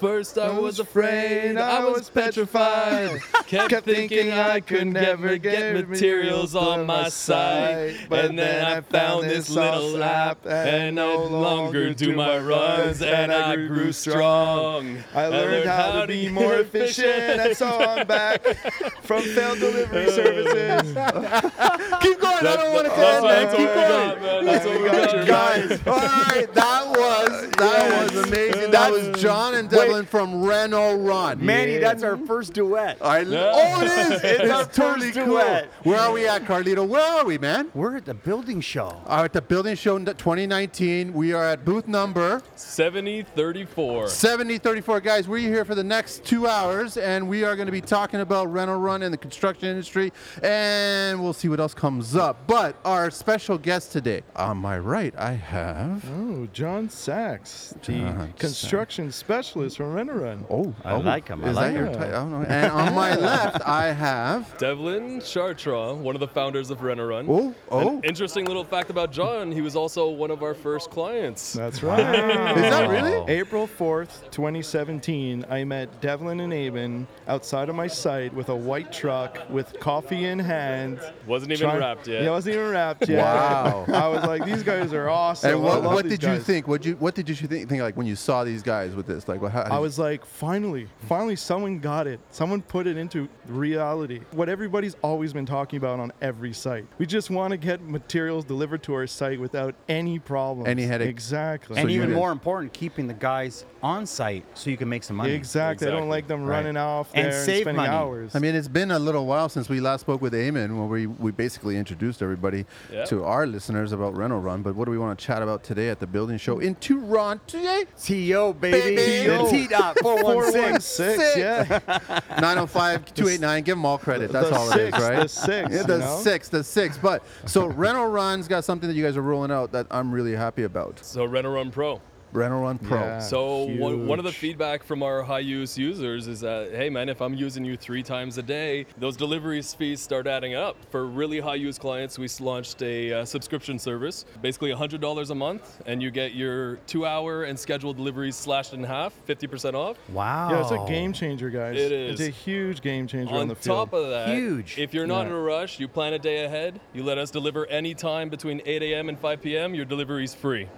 first I was afraid, I was petrified. Kept thinking I could never get materials on my side. And then I found this little app, and no longer do my runs, and I grew strong. I learned how to be more efficient, and so I'm back from failed delivery services. Keep going. I don't want to That's end what- that. that's Keep what we going. got, man. That's what we got. Guys, all right, that was that was amazing. That was John and Devlin from Renault Run. Manny, that's our first duet. All right, Yeah. oh, it is. It's, our totally first cool. duet. Where are we at, Carlito? Where are we, man? We're at the building show. All right, the building show n- 2019. We are at booth number 7034. 7034. Guys, we're here for the next two hours, and we are going to be talking about rental run and the construction industry, and we'll see what else comes up. But our special guest today, on my right, I have. Oh, John Sachs, the John construction specialist from Renarun. Oh, I oh, like 'em, I is like that your 'em. ti- I don't know. And on my left, I have. Devlin Chartra, one of the founders of Renarun. Oh, oh. An interesting little fact about John, he was also one of our first clients. That's right. Is that really? April 4th, 2017, I met Devlin and Aben outside of my site with a white truck with coffee in hand. Wasn't even Trying- wrapped yet. Yeah, it wasn't even wrapped yet. Wow. I was like, these guys are awesome. And I what, love what these did you guys." think? What you what did you think, think like when you saw these guys with this? Like, what, how, how did I you- was like, finally, finally, someone got it. Someone put it into reality. What everybody's always been talking about on every site. We just want to get materials delivered to our site without any problems. Any headache. Exactly. So and you even did. more important, keeping the guys on site so you can make some money. exactly. I Exactly. don't like them Right. running off And there and, save spending money. hours. I mean, it's been a little while since we last spoke with Eamon when we, we basically introduced everybody Yeah. to our listeners about Rental Run. But what do we want to chat about today at the building show in Toronto? TO, baby. Baby. T.O. T dot 416. 416, yeah. 905 289. Give them all credit. That's the all six, it is, right? the six, Yeah, you the know? six. The six. But so Rental Run's got something that you guys are rolling out that I'm really happy about So Renarun Pro. Rental Run Pro. Yeah. So one, one of the Ah, Huge. feedback from our high use users is that hey man, if I'm using you three times a day, those deliveries fees start adding up. For really high use clients, we s- launched a uh, subscription service, basically $100 a month, and you get your two hour and scheduled deliveries slashed in half, 50% off. Wow. Yeah, it's a game changer, guys. It is. It's a huge game changer on, On the field. top of that, Huge. If you're not Yeah. in a rush, you plan a day ahead. You let us deliver any time between 8 a.m. and 5 p.m. Your delivery's free.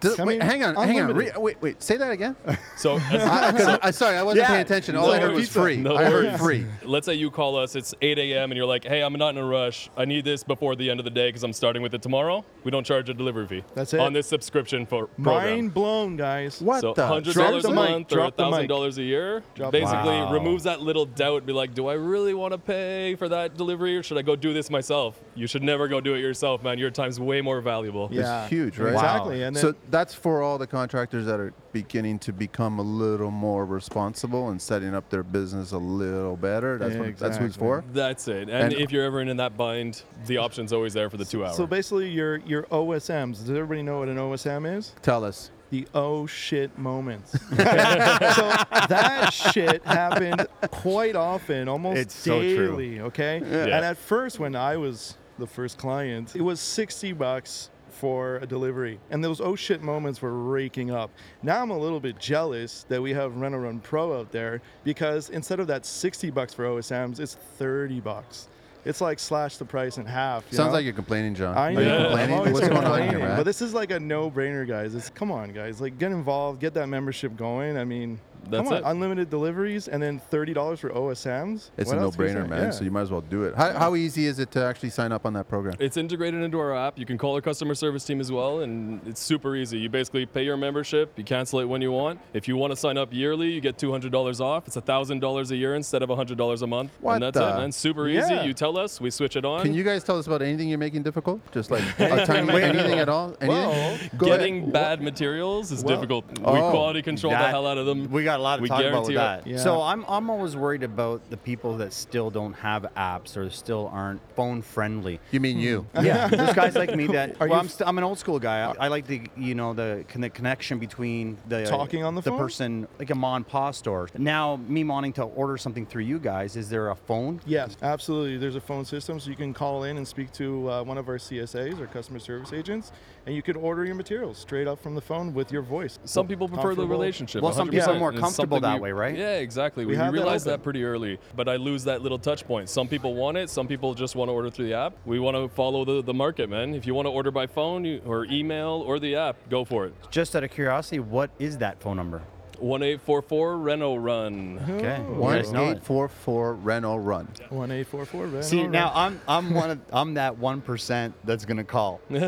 Does- I wait, mean, hang on, hang on. Re- unlimited. wait, wait. Say that again. So I, I couldn't- I- sorry, I wasn't Yeah. paying attention. All I No heard was worries. free. No I heard worries. free. Let's say you call us, it's 8 a.m., and you're like, hey, I'm not in a rush. I need this before the end of the day because I'm starting with it tomorrow. We don't charge a delivery fee. That's it. On this subscription for program. Mind blown, guys. What so the? $100 Drop a the mic, month drop the or mic. $1,000 a year Drop the mic. basically Wow. removes that little doubt. Be like, do I really want to pay for that delivery or should I go do this myself? You should never go do it yourself, man. Your time's way more valuable. Yeah. huge, right? Exactly. And then so that's for all the contractors that are beginning to become a little more responsible and setting up their business a little better. That's what that's who it's for. That's it. And, And- if you're ever in that bind, the option's always there for the two hours. So basically, your your OSMs. Does everybody know what an OSM is? Tell us. The oh shit moments. Okay? so that shit happened quite often, almost It's so true. daily. Okay. Yeah. And at first, when I was the first client, it was sixty bucks for a delivery, and those oh shit moments were raking up. Now I'm a little bit jealous that we have Rent a Run Pro out there because instead of that sixty bucks for OSMs, it's thirty bucks. It's like slash the price in half. you Sounds know? like you're complaining, John. I know. Are you I'm complaining? always What's going on here, complaining, But man? this is like a no-brainer, guys. It's come on, guys. Like get involved, get that membership going. I mean, That's come on, it. unlimited deliveries and then thirty dollars for OSMs. It's What a else can you no-brainer, say? man. Yeah. So you might as well do it. How, how easy is it to actually sign up on that program? It's integrated into our app. You can call our customer service team as well, and it's super easy. You basically pay your membership, you cancel it when you want. If you want to sign up yearly, you get $200 off. It's $1,000 a year instead of $100 a month. What and that's the- it, man. Super Yeah. easy. You tell us, we switch it on. Can you guys tell us about anything you're making difficult? Just like a tiny, anything at all? Anything? Well, Go ahead. Getting bad materials is difficult. we Oh. quality control the That- hell out of them. We got a lot to We talk about guarantee with it. that. Yeah. So I'm I'm always worried about the people that still don't have apps or still aren't phone friendly. You mean you? Yeah, there's guys like me that. Are well, you Uh, I'm, st- I'm an old school guy. I, I like the you know the con- the connection between the Talking on the the phone? person like a mom and pa store. Now me wanting to order something through you guys. Is there a phone? Yes, absolutely. There's a phone system, so you can call in and speak to uh, one of our CSAs or customer service agents, and you could order your materials straight up from the phone with your voice. some people prefer the Comfortable. relationship. Well, some people 100%. are more It's is comfortable something that we- way, right? Yeah, exactly. We We, we have that realized open. that pretty early, but I lose that little touch point. Some people want it, some people just want to order through the app. We want to follow the, the market, man. If you want to order by phone you- or email or the app, go for it. Just out of curiosity, what is that phone number? Oh, 1844 Reno Run. Okay. you One guys know it. eight four four Renault Run. One eight four four. See now, I'm I'm one of, I'm that one percent that's gonna call. I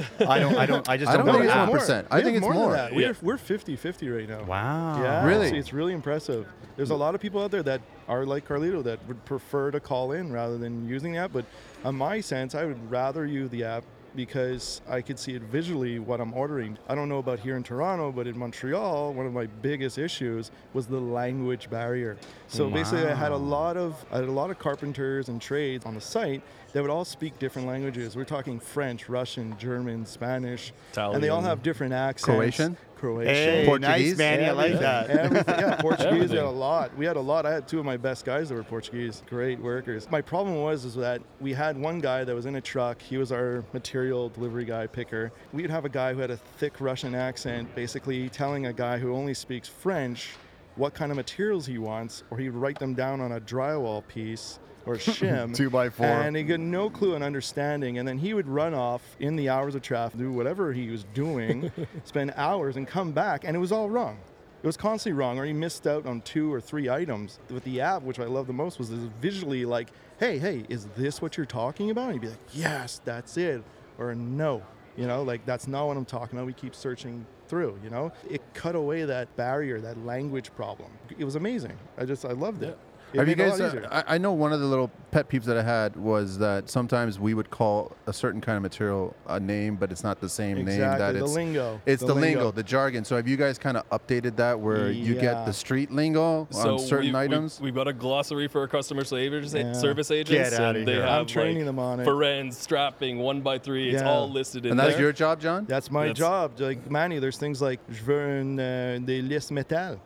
don't I don't I just I don't, don't know think it's that. more. 1%. I think it's more. more. Than that. We're Yeah. we're 50-50 right now. Wow. Yeah, Really? it's, it's really impressive. There's a lot of people out there that are like Carlito that would prefer to call in rather than using the app. But on my sense, I would rather use the app because I could see it visually what I'm ordering. I don't know about here in Toronto, but in Montreal, one of my biggest issues was the language barrier. So basically, I had a Wow. lot of I had a lot of carpenters and trades on the site that would all speak different languages. We're talking French, Russian, German, Spanish, and they all Italian. have different accents. Croatian? Croatian. Hey, Portuguese? nice man, I like Everything, that. everything. Yeah, Portuguese we had a Everything. lot. We had a lot. I had two of my best guys that were Portuguese. Great workers. My problem was is that we had one guy that was in a truck. He was our material delivery guy picker. We'd have a guy who had a thick Russian accent, basically telling a guy who only speaks French what kind of materials he wants, or he'd write them down on a drywall piece or shim. Two by four. And he got no clue and understanding. And then he would run off in the hours of traffic, do whatever he was doing, spend hours and come back, and it was all wrong. It was constantly wrong, or he missed out on two or three items. With the app, which I love the most, was this visually like, hey, hey, is this what you're talking about? And he'd be like, yes, that's it, or no. You know, like that's not what I'm talking about. We keep searching through, you know? It cut away that barrier, that language problem. It was amazing. I just, I loved it. It Have you made it a guys? lot uh, easier. I, I know one of the little pet peeves that I had was that sometimes we would call a certain kind of material a name, but it's not the same name. That Exactly, the it's lingo, It's the, the lingo, lingo. the jargon. So have you guys kind of updated that where you get Yeah. the street lingo on certain items? We, have got a glossary for our customer service, Yeah. service agents. Get outta and they here. I'm Have, I'm training like, them on it. Forens, strapping, one by three. It's Yeah. all listed in and that's there. your job, John. That's my That's- job. Like Manny, there's things like je veux une, euh, des listes métal.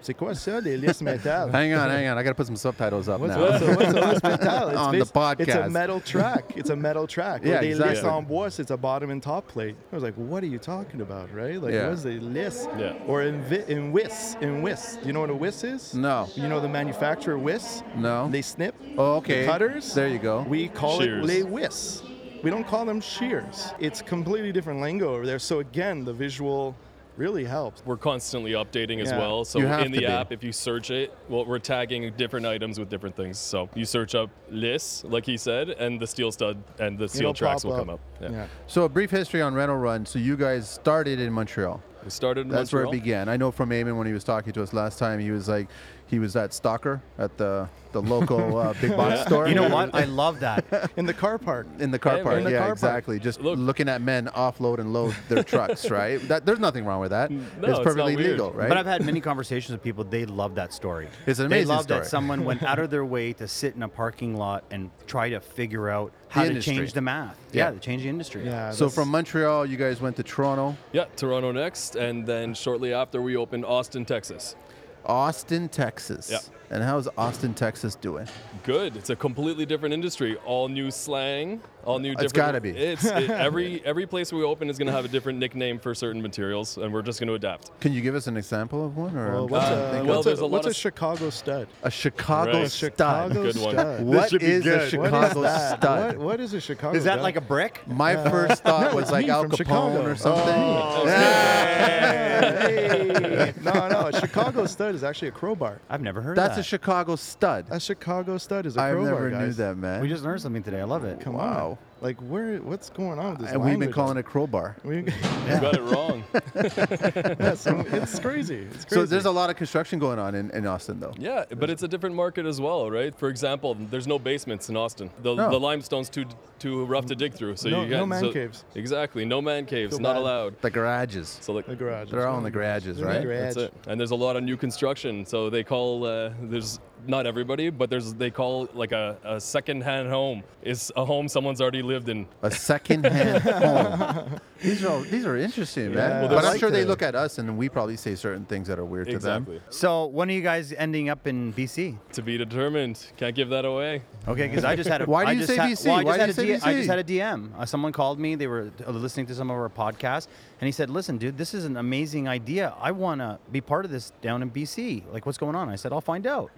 C'est quoi ça, des listes métal? Hang on, hang on. I got to put some subtitles up What's, now. what's, a, what's a list métal? It's On the basi- It's a podcast. metal track. It's a metal track. Yeah, Or des listes exactly. en bois, it's a bottom and top plate. I was like, what are you talking about, right? Like, Yeah. what is a list? Yeah. Or in, vi- in whis, in whis. Do you know what a whis is? No. You know the manufacturer whis? No. They snip. Oh, okay. The cutters. There you go. We call Shears. it les whis. We don't call them shears. It's completely different lingo over there. So again, the visual really helps. We're constantly updating as Yeah. well. So You have in to the be. app, if you search it, well, we're tagging different items with different things. So you search up Liss, like he said, and the steel stud and the steel It'll tracks pop will come up. Yeah. so a brief history on Rental Run. So you guys started in Montreal. We started in That's Montreal. where it began. I know from Eamon when he was talking to us last time, he was like, he was at Stalker at the the local uh, big box store. You know what? I love that. In the car park. In the car Hey, park, in the yeah, car park. exactly. Just Look. looking at men offload and load their trucks, right? That, there's nothing wrong with that. it's it's not perfectly weird. legal, right? But I've had many conversations with people. They love that story. It's an They amazing love story. that someone went out of their way to sit in a parking lot and try to figure out how to industry. change the math. Yeah. Yeah, to change the industry. Yeah. so that's- from Montreal, you guys went to Toronto, Yeah, Toronto next, and then shortly after we opened Austin, Texas. Austin, Texas. Yeah. And how's Austin, Texas doing? Good. It's a completely different industry. All new slang. All new. Different, gotta be. It's it, every every place we open is going to have a different nickname for certain materials, and we're just going to adapt. Can you give us an example of one? Or Oh, Well, I'm what's trying to a, think well, what's there's a a, lot what's a of- Chicago stud? of- a Chicago Right. stud. Chicago Good one. stud. What should be is a good. What is Chicago that? stud? What, what is a Chicago Is that stud? like a brick? My first thought no, was it's like me Al from Capone Chicago. or something. Oh. Hey. no, no, a Chicago stud is actually a crowbar. I've never heard That's of a that. Chicago stud. A Chicago stud is a I crowbar. never knew guys. that, man. we just learned something today. I love it. Come Wow. on. Like where? What's going on with this? and we've been language? calling it crowbar. We- You got it wrong. yeah, so it's crazy. It's crazy. So there's a lot of construction going on in, in Austin, though. Yeah, but it's a different market as well, right? For example, there's no basements in Austin. The, No. the limestone's too too rough to dig through. So No- you no got, man so- caves. Exactly, no man caves. Feel not bad. allowed. The garages. So like the garage. They're all in the garages, right? garage. that's it. And there's a lot of new construction. So they call uh, there's not everybody, but there's they call like a, a second-hand home is a home someone's already lived in. A second-hand home. These are all, these are interesting, man. Yeah. Well, but they're I'm sure like they the- look at us and we probably say certain things that are weird to them. So when are you guys ending up in BC? To be determined. Can't give that away. Okay, because I just had a. Why do I you just say had- BC? well, I Why just do had a you say D- I just BC? had a DM. Uh, someone called me. They were uh, listening to some of our podcasts, and he said, "Listen, dude, this is an amazing idea. I want to be part of this down in BC. Like, what's going on?" I said, "I'll find out."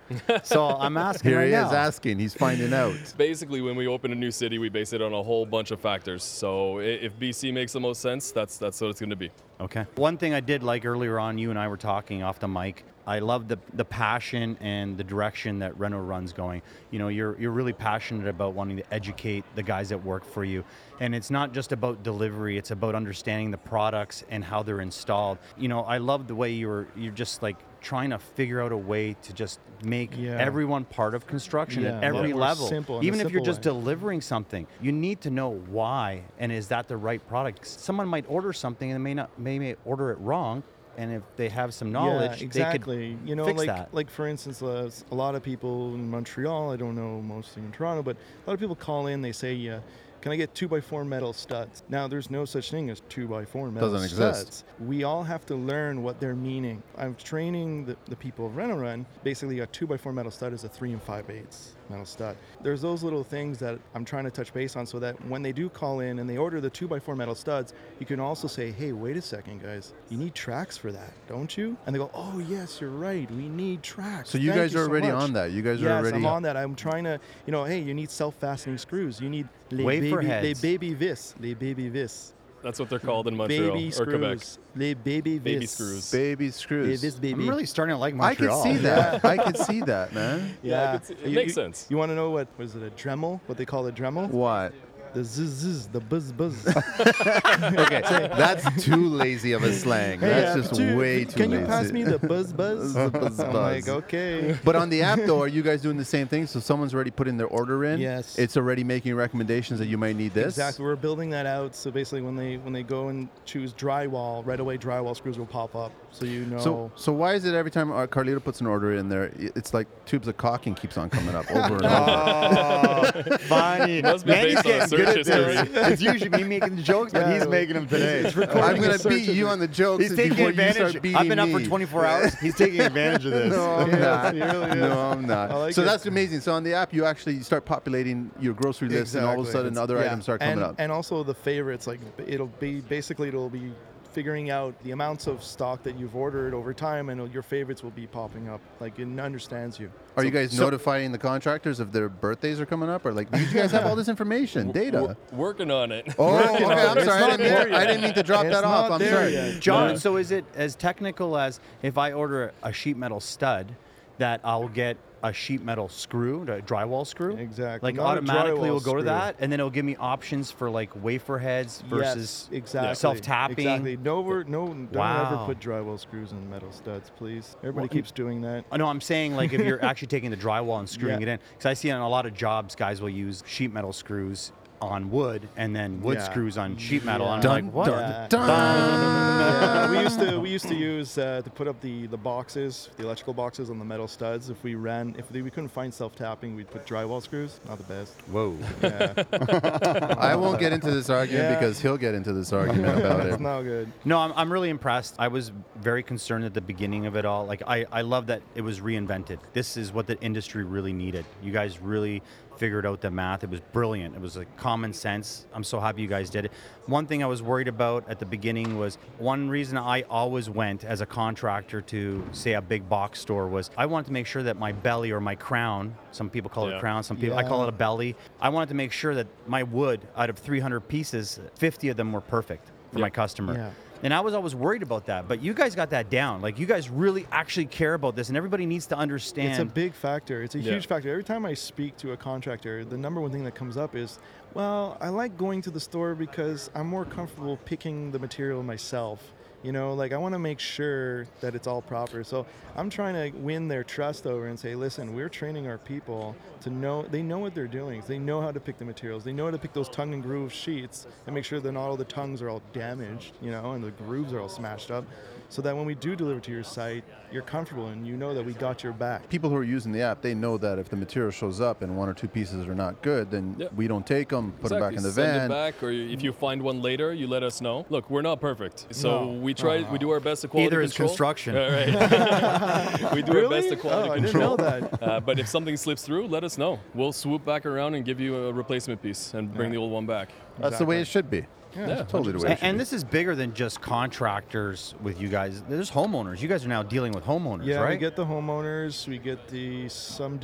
so I'm asking Here right he now. is asking. He's finding out. Basically, when we open a new city, we base it on a whole bunch of factors. So i- if BC makes the most sense, that's that's what it's going to be. Okay. One thing I did like earlier on, you and I were talking off the mic. I love the the passion and the direction that Renault runs going. You know, you're you're really passionate about wanting to educate the guys that work for you, and it's not just about delivery. It's about understanding the products and how they're installed. You know, I love the way you're you're just like trying to figure out a way to just make Yeah. everyone part of construction at Yeah, every more level. simple in a Even if you're simple just way. delivering something, you need to know why and is that the right product? Someone might order something and they may not may, may order it wrong, and if they have some knowledge, yeah, exactly. they could you know, fix like that. like for instance, uh, s- a lot of people in Montreal. I don't know mostly in Toronto, but a lot of people call in. They say, uh, "Can I get two by four metal studs?" Now, there's no such thing as two by four metal Doesn't studs. exist. We all have to learn what they're meaning. I'm training the, the people of Run. Basically, a two by four metal stud is a three and five eighths metal stud. There's those little things that I'm trying to touch base on, so that when they do call in and they order the two by four metal studs, you can also say, "Hey, wait a second, guys, you need tracks for that, don't you?" And they go, "Oh yes, you're right. We need tracks." So you Thank guys are so already much." on that. You guys yes, are already. I'm on that. I'm trying to, you know, hey, you need self-fastening screws. You need les Wafer baby, les heads. baby vis, les baby vis, That's what they're called in Montreal baby or screws, Quebec. les baby vis, Baby screws. Baby yeah, screws. this baby. I'm really starting to like I could Montreal. see that. I could see that, man. Yeah, I could see- it You- makes you- sense. You want to know what was it a Dremel? What they call a Dremel? What? The zzz, zzz the buzz buzz. Okay, that's too lazy of a slang. Hey, That's uh, just dude, way too Can lazy. you pass me the buzz buzz? The buzz I'm like, buzz. okay. But on the app, though, are you guys doing the same thing? So someone's already putting their order in. Yes. It's already making recommendations that you might need this. Exactly. We're building that out. So basically, when they when they go and choose drywall, right away drywall screws will pop up. So you know. So, so why is it every time our Carlito puts an order in there, i- it's like tubes of caulking keeps on coming up over and over? Oh, funny. Must be Man, he's based on a getting good search at this. history. It's usually me making the jokes, but Yeah, he's well, making them today. I'm recording gonna a search beat you of- on the jokes He's taking before you start advantage. beating I've been up for me. 24 hours. He's taking advantage of this. No, I'm Yes, not. he really is. no, I'm not. I like so it. that's amazing. So on the app, you actually start populating your grocery list, and all of a Exactly. sudden, other Yeah. items start coming and, up. And also the favorites, like b- it'll be basically it'll be figuring out the amounts of stock that you've ordered over time, and it'll- your favorites will be popping up. Like it understands you. are you guys notifying the contractors if their birthdays are coming up, or like, do you guys have all this information, We're data? working on it. Oh, okay. Working on it. I'm It's sorry. I not didn't, mean there to, I yet. didn't mean to drop It's that off. not I'm there sorry. yet. John, Yeah. so is it as technical as if I order a sheet metal stud that I'll get a sheet metal screw, a drywall screw? Exactly. Like Not a automatically drywall will go to screw. that and then it'll give me options for like wafer heads versus yes, exactly self-tapping. Exactly. No, we're, no, don't Wow. ever put drywall screws in metal studs, please. Everybody Well, keeps doing that. I know I'm saying like if you're actually taking the drywall and screwing Yeah. it in cuz I see on a lot of jobs guys will use sheet metal screws on wood and then wood Yeah. screws on sheet metal and Dun, I'm like what? dun, Yeah. dun. yeah, we used to we used to use uh, to put up the the boxes, the electrical boxes on the metal studs. If we ran, if we couldn't find self tapping, we'd put drywall screws. Not the best. Whoa. Yeah. I won't get into this argument Yeah. because he'll get into this argument about It's it. not good. No, I'm, I'm really impressed. I was very concerned at the beginning of it all. Like, I, I love that it was reinvented. This is what the industry really needed. You guys really figured out the math. It was brilliant. It was like common sense. I'm so happy you guys did it. One thing I was worried about at the beginning was one reason I always went as a contractor to, say, a big box store was I wanted to make sure that my belly or my crown, some people call it Yeah. a crown, some people, I call Yeah. it a belly. I wanted to make sure that my wood, out of 300 pieces, 50 of them were perfect for my Yep. customer. Yeah. And I was always worried about that, but you guys got that down. Like you guys really actually care about this, and everybody needs to understand. It's a big factor. It's a Yeah. huge factor. Every time I speak to a contractor, the number one thing that comes up is, well, I like going to the store because I'm more comfortable picking the material myself. You know, like I want to make sure that it's all proper. So I'm trying to win their trust over and say, listen, we're training our people to know, they know what they're doing. They know how to pick the materials. They know how to pick those tongue and groove sheets and make sure that not all the tongues are all damaged, you know, and the grooves are all smashed up. so that when we do deliver to your site, you're comfortable and you know that we got your back. People who are using the app, they know that if the material shows up and one or two pieces are not good, then Yeah. we don't take them, put them back Exactly. in the Send van. it back, or if you find one later, you let us know. Look, we're not perfect, so we try. We do our best to quality Neither is control. construction. All right. we do our best to quality oh, I didn't know control. that. Uh, but if something slips through, let us know. We'll swoop back around and give you a replacement piece and bring the old one back. That's the way it should be. Yeah. Totally the way it And, should and be. this is bigger than just contractors with you guys. There's homeowners. You guys are now dealing with homeowners, Yeah, right? we get the homeowners, we get the some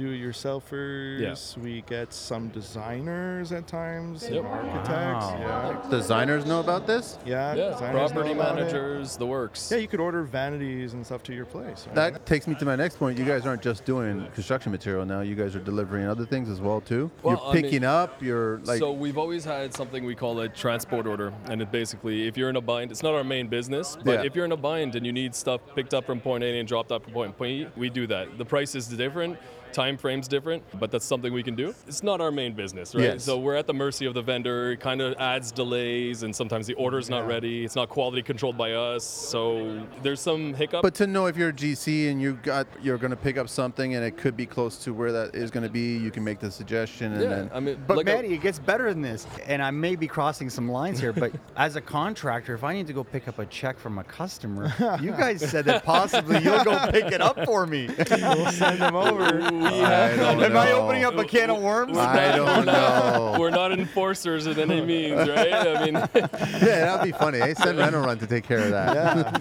do-it-yourselfers, we get some designers at times, and Yep. architects. Wow. Designers know about this? Yeah, yeah, Yeah, designers property know about it. managers, the works. Yeah, you could order vanities and stuff to your place. Right? That takes me to my next point. You guys aren't just doing construction material now. You guys are delivering other things as well too. Well, you're I mean- picking up. You're like so we've always had something we call a transport order, and it basically, if you're in a bind, it's not our main business, but Yeah. if you're in a bind and you need stuff picked up from point A and dropped up from point B, we do that. The price is different, time frame's different, but that's something we can do. It's not our main business, right? Yes. So we're at the mercy of the vendor. It kind of adds delays, and sometimes the order's not ready. It's not quality controlled by us, so there's some hiccup. But to know if you're a GC and you got you're going to pick up something and it could be close to where that is going to be, you can make the suggestion and yeah, then I mean, But like a- Maddie, it gets better than this. And I may be crossing some lines here, but as a contractor, if I need to go pick up a check from a customer, you guys said that possibly you'll go pick it up for me. We'll send them over. we I don't Am I know. opening up a can of worms? We're I not- don't know. We're not enforcers in any means, right? I mean, yeah, that'd be funny. Hey, send Reno Run to take care of that.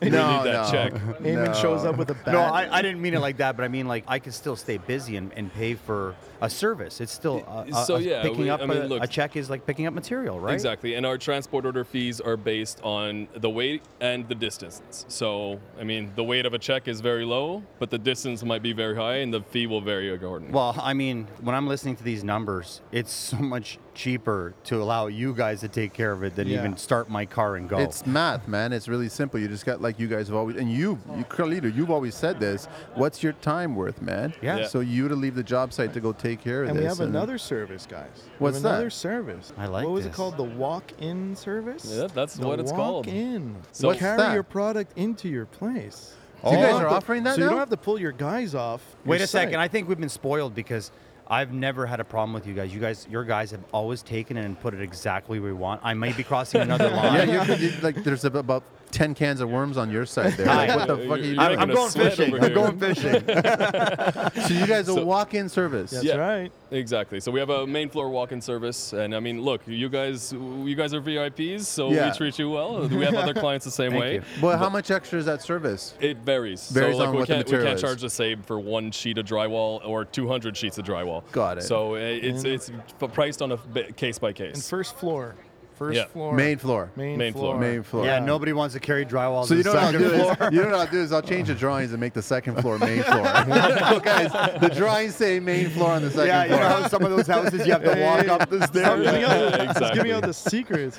we No, need that no. check. Eamon No. shows up with a bat. No, I, I didn't mean it like that, but I mean like I could still stay busy and, and pay for a service. It's still uh, uh, So, uh, yeah, picking we- up I mean, a, look- a check is like picking up material, right? Exactly. And our transport order fees are based on the weight and the distance. So, I mean, the weight of a check is very low, but the distance might be very high and the fee will vary accordingly. Well, I mean, when I'm listening to these numbers, it's so much cheaper to allow you guys to take care of it than Yeah. even start my car and go. It's math, man. It's really simple. You just got like you guys have always and you, you Carlito, you've always said this. What's your time worth, man? Yeah. Yeah. So you to leave the job site to go take care of and this. uh, we have another service, guys. We What's have that? Another service. I like What was it this. called? The walk-in service. Yeah, that's The what it's called. Walk-in. So- So What's carry that? your product into your place. So you don't guys have are to- offering that So you now? don't have to pull your guys off. Wait your a second. I site. think we've been spoiled because I've never had a problem with you guys. You guys, your guys have always taken it and put it exactly where we want. I may be crossing another line. yeah, you could, you, like there's ab- about ten cans of worms on your side there. Like, Hi. what the fuck are you You're I'm, doing? making I'm us going sweat fishing. over I'm here. going fishing. So you guys So- a walk-in service. That's Yeah. right. Exactly. So we have a main floor walk-in service, and I mean, look, you guys, you guys are VIPs, so Yeah. we treat you well. We have other clients the same Thank way. you. Well, how much extra is that service? It varies. Varies so like on we what the can't we material can't is. charge the same for one sheet of drywall or 200 sheets of drywall. Got it. So uh, it's it's f- priced on a b- case by case. And first floor. First Yeah. floor. Main floor. Main, Main floor. floor. Main floor. yeah, nobody wants to carry drywall So to you the know what I'll second do is floor. you know what I'll do is I'll change the drawings and make the second floor main floor. no, guys, the drawings say main floor on the second yeah, you floor. know how some of those houses you have to walk up the Stop stairs. giving out- Yeah, He's giving out exactly. the secrets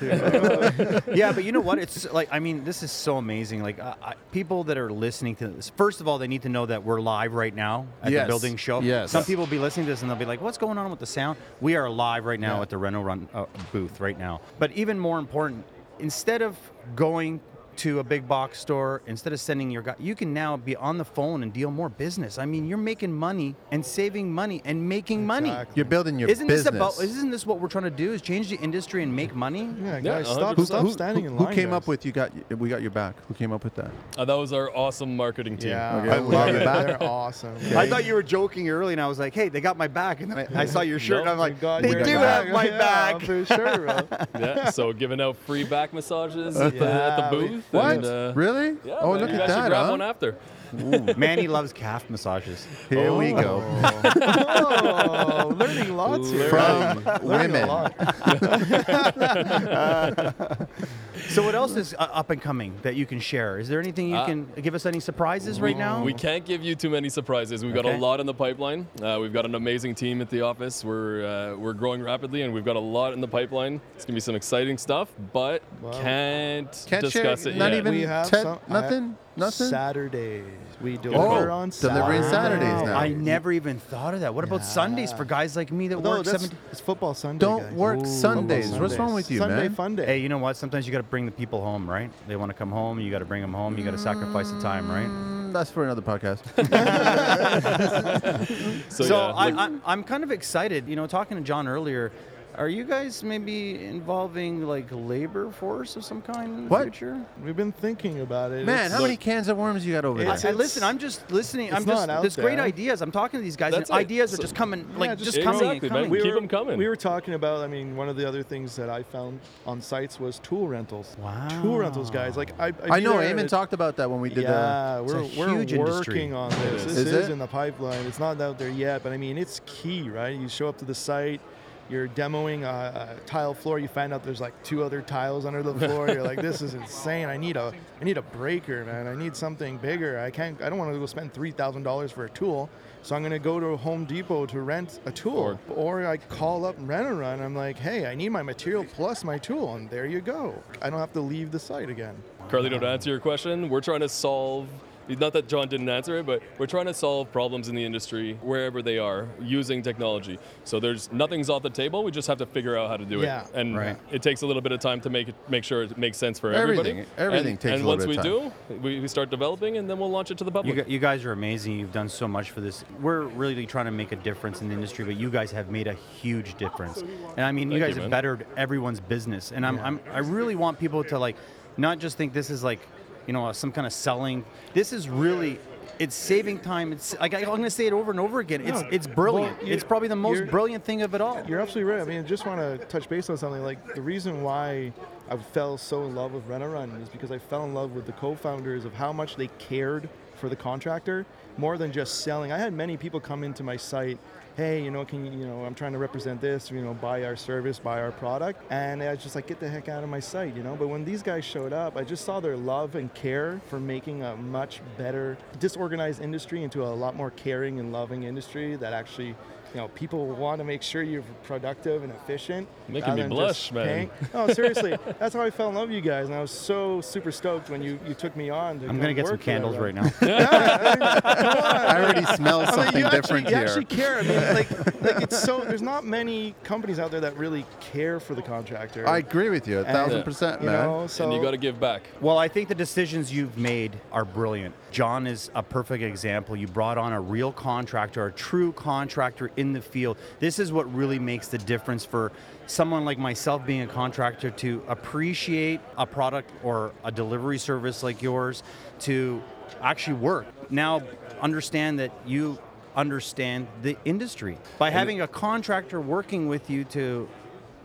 here. oh, yeah, but you know what? It's like I mean, this is so amazing. Like I, I, people that are listening to this, first of all, they need to know that we're live right now at Yes. the building show. Yes. Some people will be listening to this and they'll be like, "What's going on with the sound?" We are live right now Yeah. at the Renault Run uh, booth right now. But even more important, instead of going to a big box store instead of sending your guy you can now be on the phone and deal more business i mean you're making money and saving money and making money Exactly. You're building your isn't business. this about isn't this what we're trying to do is change the industry and make money yeah, guys, Yeah, stop, 100%. stop standing in who line. came guys. up with you got we got your back? Who came up with that? Uh, that was our awesome marketing team. Yeah, Okay, I we love got it. your back. They're awesome. I thought you were joking early, and I was like, "Hey, they got my back." And then I, I saw your shirt, and I'm We like, got "They your do back. have my Yeah, back." for sure, bro. yeah, so giving out free back massages at, the, Yeah, at the we- booth. What? and, uh, really? Yeah, oh, man, look you guys at should that. grab huh? one after. Manny loves calf massages. Here we go. Oh, learning lots here. From Learning a women. lot. So, what else is uh, up and coming that you can share? Is there anything you Uh, can give us any surprises right now? We can't give you too many surprises. We've got Okay. a lot in the pipeline. Uh, we've got an amazing team at the office. We're uh, we're growing rapidly, and we've got a lot in the pipeline. It's gonna be some exciting stuff, but Wow. can't, Can't share. discuss it not yet. even We have ten- some- I- nothing. Nothing. Saturdays. We deliver oh, on delivery on Saturdays. Saturdays now. I never even thought of that. What about Sundays Yeah. for guys like me that No, work that's, 17? it's football Sunday. Don't guys. work Ooh, Sundays. What's wrong with you, Sunday man? fun day. Hey, you know what? Sometimes you got to bring the people home, right? They want to come home. You got to bring them home. You got to sacrifice the time, right? Mm, That's for another podcast. So, so yeah, I, like- I, I'm kind of excited. You know, talking to John earlier, are you guys maybe involving like labor force of some kind in the What? future? We've been thinking about it. man, It's- how many cans of worms you got over I, It's- there? I listen. I'm just listening. I'm it's not just out there's great there. ideas. I'm talking to these guys, That's it. and ideas So- are just coming, like just- just, coming Exactly, and man. coming. We- Keep 'em coming. We were talking about. I mean, one of the other things that I found on sites was tool rentals. Wow. Tool rentals, guys. Like I. I know. Eamon Eamon talked about that when we did Yeah, It's a we're, we're huge working industry. on this. This is. is, Is it? in the pipeline. It's not out there yet, but I mean, it's key, right? You show up to the site, you're demoing a, a tile floor. You find out there's like two other tiles under the floor. you're like, this is insane. I need a, I need a breaker, man. I need something bigger. I can't. I don't want to go spend three thousand dollars for a tool. So I'm gonna go to Home Depot to rent a tool, or, I call up Rent-A-Run. I'm like, hey, I need my material plus my tool, and there you go. I don't have to leave the site again. Carlito, to answer your question, we're trying to solve. Not that John didn't answer it, but we're trying to solve problems in the industry wherever they are using technology. So there's nothing's off the table. We just have to figure out how to do Yeah. it, and Right. it takes a little bit of time to make it make sure it makes sense for Everything- everybody. everything and, takes and a little once bit we of do, we, we start developing, and then we'll launch it to the public. You, gu- you guys are amazing. You've done so much for this. We're really trying to make a difference in the industry, but you guys have made a huge difference. And I mean, you Thank guys you, man. have bettered everyone's business. And I'm, I'm, I really want people to like, not just think this is like, you know, some kind of selling. This is really, it's saving time. It's like I- I'm going to say it over and over again. It's, it's brilliant. you- it's probably the most you're- brilliant thing of it all. You're absolutely right. I mean, I just want to touch base on something. Like the reason why I fell so in love with Run is because I fell in love with the co-founders of how much they cared for the contractor more than just selling. I had many people come into my site, hey, you know, can you, you know, I'm trying to represent this, you know, buy our service, buy our product, and I was just like, get the heck out of my site, you know. But when these guys showed up, I just saw their love and care for making a much better disorganized industry into a lot more caring and loving industry that actually you know, people want to make sure you're productive and efficient. Making rather me than just blush, man. paying- No, seriously, that's how I fell in love with you guys, and I was so super stoked when you, you took me on. To I'm going to get some candles right now. I already smell I mean, something you different actually, you here. actually care. I mean, like, like it's so. There's not many companies out there that really care for the contractor. I agree with you a And, thousand percent, you man. know, so and you got to give back. Well, I think the decisions you've made are brilliant. John is a perfect example. You brought on a real contractor, a true contractor in the field. This is what really makes the difference for someone like myself being a contractor to appreciate a product or a delivery service like yours to actually work. Now understand that you understand the industry. By having a contractor working with you to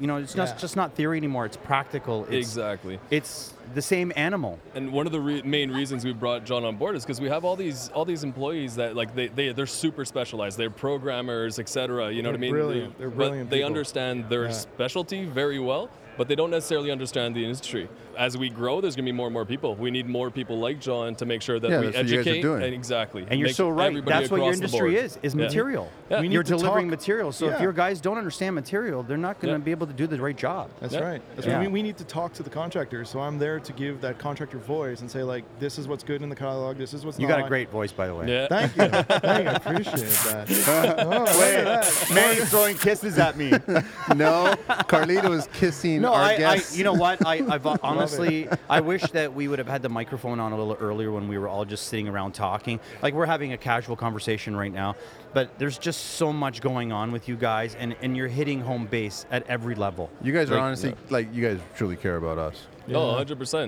you know, it's Yeah. not just not theory anymore. It's practical. It's, Exactly. it's the same animal. and one of the re- main reasons we brought John on board is because we have all these all these employees that like they, they they're super specialized. They're programmers, etc. You know what I They're mean? brilliant. They, They're but brilliant They people. understand their Yeah. specialty very well, but they don't necessarily understand the industry. As we grow, there's going to be more and more people. We need more people like John to make sure that Yeah, we that's what you guys are educate. doing. And exactly. And you're make so right. everybody That's what your across the industry board. is, is Yeah. material. Yeah. We You're need to delivering talk- material. So if Yeah. your guys don't understand material, they're not going to Yeah. be able to do the right job. That's Yeah. right. That's Yeah. right. We, we need to talk to the contractors. So I'm there to give that contractor voice and say like, this is what's good in the catalog. This is what's You not. got a great voice, by the way. Yeah. Thank you. Thank you. I appreciate that. Oh, look at that. Man, throwing kisses at me. no, Carlito is kissing No, our I, I, guests. you know what? I, I've uh, honestly, I wish that we would have had the microphone on a little earlier when we were all just sitting around talking. Like we're having a casual conversation right now, but there's just so much going on with you guys, and, and you're hitting home base at every level. you guys are Like, honestly like you guys truly care about us. No, 100%. I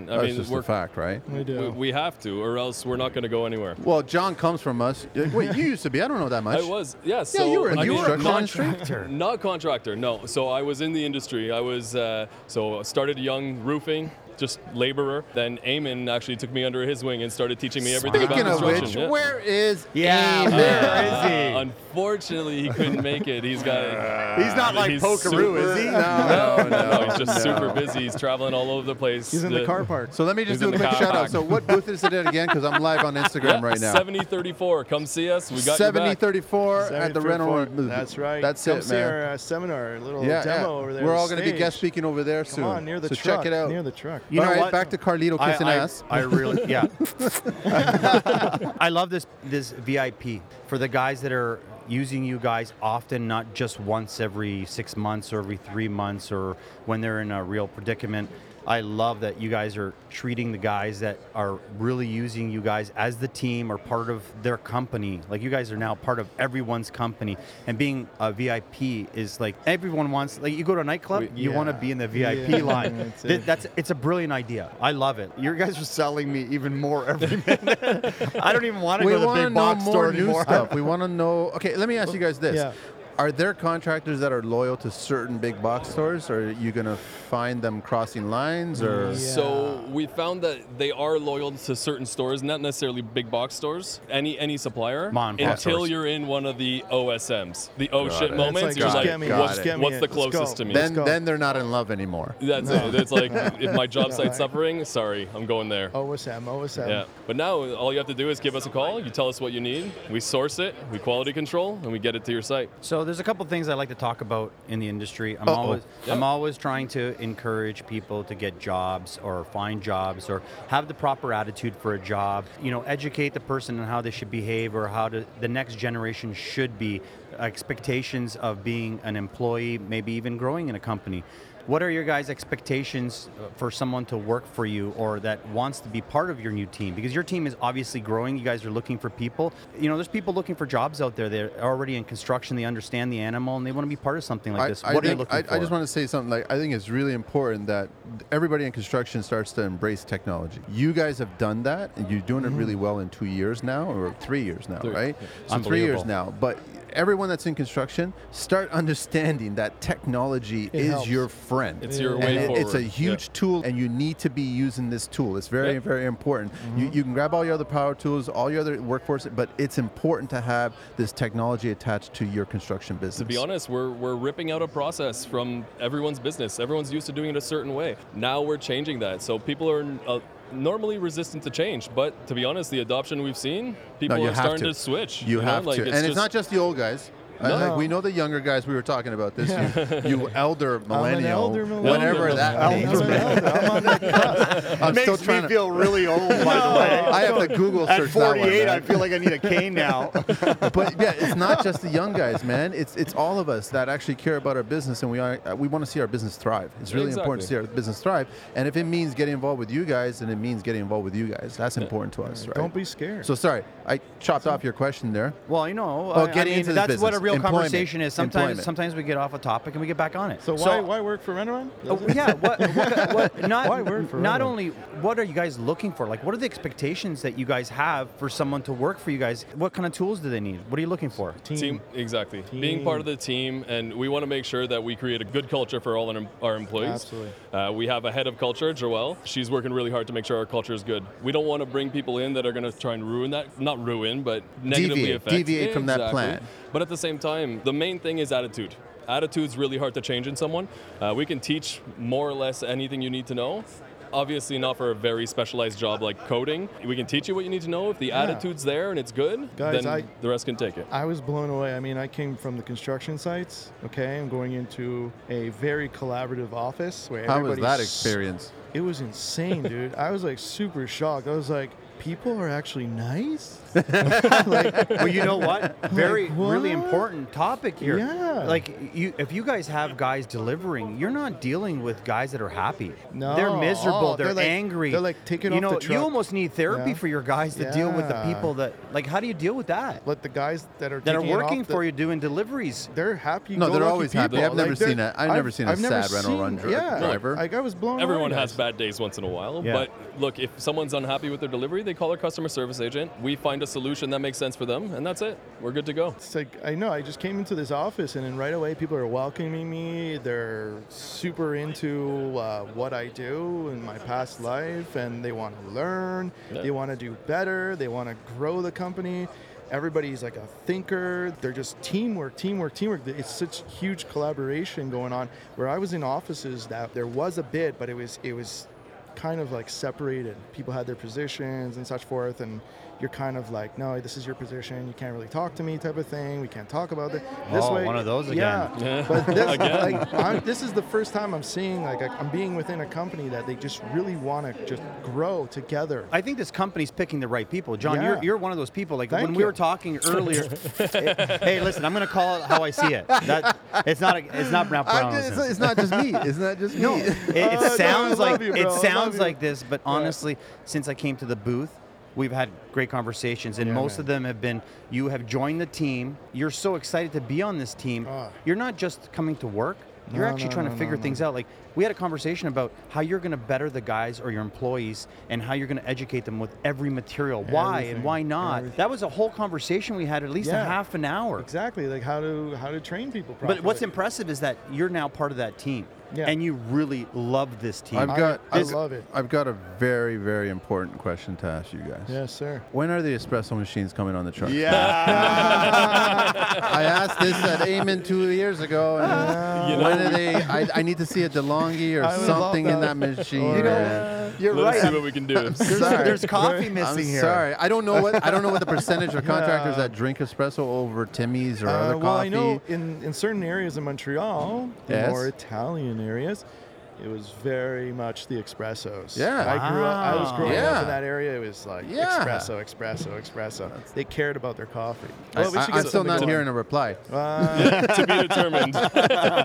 That's mean, just we're, a fact, right? We do. we, we have to, or else we're not going to go anywhere. Well, John comes from us. Wait, you used to be. I don't know that much. I was, yeah. Yeah, so you were in I the mean, construction not- industry. Not contractor, no. So I was in the industry. I was uh, so I started young roofing, just laborer. Then Eamon actually took me under his wing and started teaching me everything Speaking about of construction. which, yeah. where is Yeah, Eamon? where is he? Uh, Unfortunately, he couldn't make it. He's got. He's not like He's Pokeroo, is he? super- No, no, no, he's just super busy. He's traveling all over the place. He's in the car park. So let me He's just do in a the quick car shout park. out. So what booth is it at again? Because I'm live on Instagram right now. 7034. Come see us. We got your back. 7034 at the 73 rental floor. room. booth. That's right. That's Come it, see man. Our uh, seminar, our little yeah, demo yeah. over there. We're on all going to be stage. guest speaking over there Come soon. on, near the so truck. check it out. Near the truck. You know all right, what? back to Carlito I- kissing I, ass. I really, yeah. I love this this VIP for the guys that are using you guys often, not just once every six months or every three months or when they're in a real predicament. I love that you guys are treating the guys that are really using you guys as the team or part of their company. Like you guys are now part of everyone's company, and being a VIP is like everyone wants. Like you go to a nightclub, We- you want to yeah. be in the VIP Yeah, line. that's Th- it. that's it's a brilliant idea. I love it. You guys are selling me even more every minute. I don't even want to we go to want the to big know box store more new anymore. stuff. We want to know. Okay, let me ask you guys this: Yeah. Are there contractors that are loyal to certain big box stores, or are you going to find them crossing lines? Or So we found that they are loyal to certain stores, not necessarily big box stores, any any supplier, Mom and pop until stores. you're in one of the OSMs, the oh Got shit it. moments. It's like, you're just like, get me it, what's, just get me what's it, the let's go." closest to me? then go. then they're not in love anymore. That's it. It's like if my job site's Alright. suffering, sorry, I'm going there. Oh, OSM, OSM. Yeah, but now all you have to do is give us a call. You tell us what you need. We source it, we quality control, and we get it to your site. So there's a couple things I like to talk about in the industry. I'm Uh-oh. always Yeah. I'm always trying to encourage people to get jobs or find jobs or have the proper attitude for a job. You know, educate the person on how they should behave or how to, the next generation should be expectations of being an employee, maybe even growing in a company. What are your guys' expectations uh, for someone to work for you or that wants to be part of your new team? Because your team is obviously growing. You guys are looking for people. You know, there's people looking for jobs out there. They're already in construction. They understand the animal and they want to be part of something like this. I, I what are you think- looking I- for? I just want to say something. Like, I think it's really important that everybody in construction starts to embrace technology. You guys have done that, and you're doing it Mm-hmm. really well in two years now, or three years now, Three, right? yeah. So three years Unbelievable. now, but. Everyone that's in construction, start understanding that technology It is helps. your friend. It's your And way it- forward. It's a huge tool, and you need to be using this tool. It's very, Yeah. very important. Mm-hmm. You, you can grab all your other power tools, all your other workforce, but it's important to have this technology attached to your construction business. To be honest, we're, we're ripping out a process from everyone's business. Everyone's used to doing it a certain way. Now we're changing that. So people are uh, normally resistant to change, but to be honest, the adoption we've seen, people you are have starting to, to. switch. You have know? Like, to, and it's just- not just the old guys. I- No. we know the younger guys. We were talking about this. You, you elder millennial, elder millennial. whatever that I'm means. on that- I'm on that cusp. I'm Makes still me trying to. feel really old, by the way. I have to Google At search that one. 48, I man. feel like I need a cane now. but yeah, it's not just the young guys, man. It's it's all of us that actually care about our business, and we are, uh, we want to see our business thrive. It's really important to see our business thrive, and if it means getting involved with you guys, then it means getting involved with you guys. That's important to us, right? Don't be scared. So sorry, I chopped off your question there. Well, you know, Well, I, I getting mean, into this that's what a business. real Employment. conversation is. Sometimes, Employment. sometimes we get off a topic and we get back on it. so why why work for Renaron? Oh, Uh, yeah, what, what, what, not, Why work for not Renault? only what are you guys looking for? Like, what are the expectations that you guys have for someone to work for you guys? What kind of tools do they need? What are you looking for? Team, exactly. Being part of the team, and we want to make sure that we create a good culture for all our- our employees. Absolutely. Uh, we have a head of culture, Joelle. She's working really hard to make sure our culture is good. We don't want to bring people in that are going to try and ruin that, not ruin, but negatively Deviate. affect. Deviate from that plan. But at the same time, the main thing is attitude. Attitude's really hard to change in someone. Uh, we can teach more or less anything you need to know. Obviously, not for a very specialized job like coding. We can teach you what you need to know. If the attitude's there and it's good, Guys, then I- the rest can take it. I was blown away. I mean, I came from the construction sites. Okay, I'm going into a very collaborative office where How was everybody's that s- experience? It was insane, dude. I was like super shocked. I was like, people are actually nice. well, you know what? Very, what? really important topic here. Yeah. Like, you, if you guys have guys delivering, you're not dealing with guys that are happy. No. They're miserable. Oh, they're they're like- angry. they're like, "Take it you off know, the You truck." almost need therapy Yeah. for your guys to deal with the Yeah. people that, like, how do you deal with that? Let the guys that are that are taking it off working the- for you doing deliveries. They're happy. No, they're go-lucky always happy. people. I've never they're- seen a- I've never seen a never sad rental run dri- yeah, driver. Like I was blown. away, Everyone guys. has bad days once in a while, Yeah. but look, if someone's unhappy with their delivery, they call our customer service agent. We find a solution that makes sense for them, and that's it. We're good to go. It's like I know. I just came into this office, and then right away, people are welcoming me. They're super into uh, what I do in my past life, and they want to learn. Yeah. They want to do better. They want to grow the company. Everybody's like a thinker. They're just teamwork, teamwork, teamwork. It's such huge collaboration going on. Where I was in offices that there was a bit, but it was it was kind of like separated. People had their positions and such forth, and you're kind of like, no, this is your position. You can't really talk to me, type of thing. We can't talk about it. This Oh, way, one of those again. Yeah, but this, Again. like, I'm, this is the first time I'm seeing like I'm being within a company that they just really want to just grow together. I think this company's picking the right people. John, Yeah. you're, you're one of those people. Like Thank when we you. were talking earlier. hey, listen, I'm going to call it how I see it. That, it's not. A, it's not Brown. I'm Brown just- it's, it's not just me. It's not just me. It, it no, I sounds love like you, it bro. I love sounds you. like this, but honestly, since I came to the booth, we've had great conversations, and Yeah, most man. of them have been you have joined the team. You're so excited to be on this team. Ah. You're not just coming to work. You're No, actually no, trying no, to no, figure no. things out. Like we had a conversation about how you're going to better the guys or your employees, and how you're going to educate them with every material. Why and Everything. why not? Everything. That was a whole conversation we had, at least Yeah. a half an hour. Exactly, like how to how to train people properly. But what's impressive is that you're now part of that team, Yeah. and you really love this team. I've got. I I've- love it. I've got a very, very important question to ask you guys. Yes, sir. When are the espresso machines coming on the truck? Yeah. I asked this at Amen two years ago, and You when know, are they? I, I need to see a DeLonghi or I would love something in that that. machine. You know, man. You're Let's right. see what we can do. I'm sorry. There's coffee I'm missing here. sorry. I don't know what I don't know what the percentage of contractors Yeah. that drink espresso over Timmy's or Uh, other well, coffee. I know in, in certain areas in Montreal, the Yes. more Italian areas, it was very much the espressos. Yeah. I grew up. I was Wow. growing up Yeah. in that area. It was like Yeah. espresso, espresso, espresso. They cared about their coffee. I, Well, we should get am still something not going. hearing a reply. Uh, to be determined.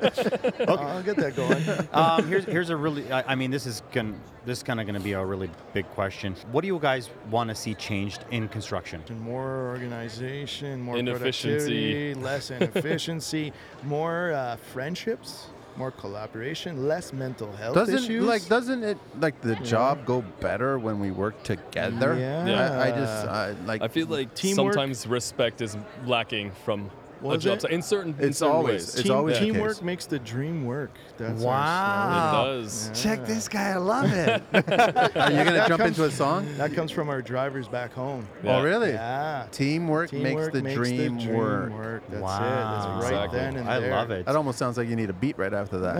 I'll get that going. um, here's here's a really. I, I mean, this is going this kind of going to be a really big question. What do you guys want to see changed in construction? More organization, more Inefficiency. productivity, less inefficiency, more uh, friendships, more collaboration, less mental health Doesn't issues. like doesn't it like the job go better when we work together? Yeah. I, I just I, like I feel like Teamwork? sometimes respect is lacking from a Was job it? site in certain, in It's certain always- ways. it's Team- always the teamwork case. makes the dream work. That's our it Wow. does. Check this guy. I love it. are you gonna that jump comes- into a song? slogan. That comes from our drivers back home. Yeah. Oh really? Yeah. Teamwork, makes Teamwork the dream work. That's Wow. it. That's right Exactly. then and I there. love it. That almost sounds like you need a beat right after that.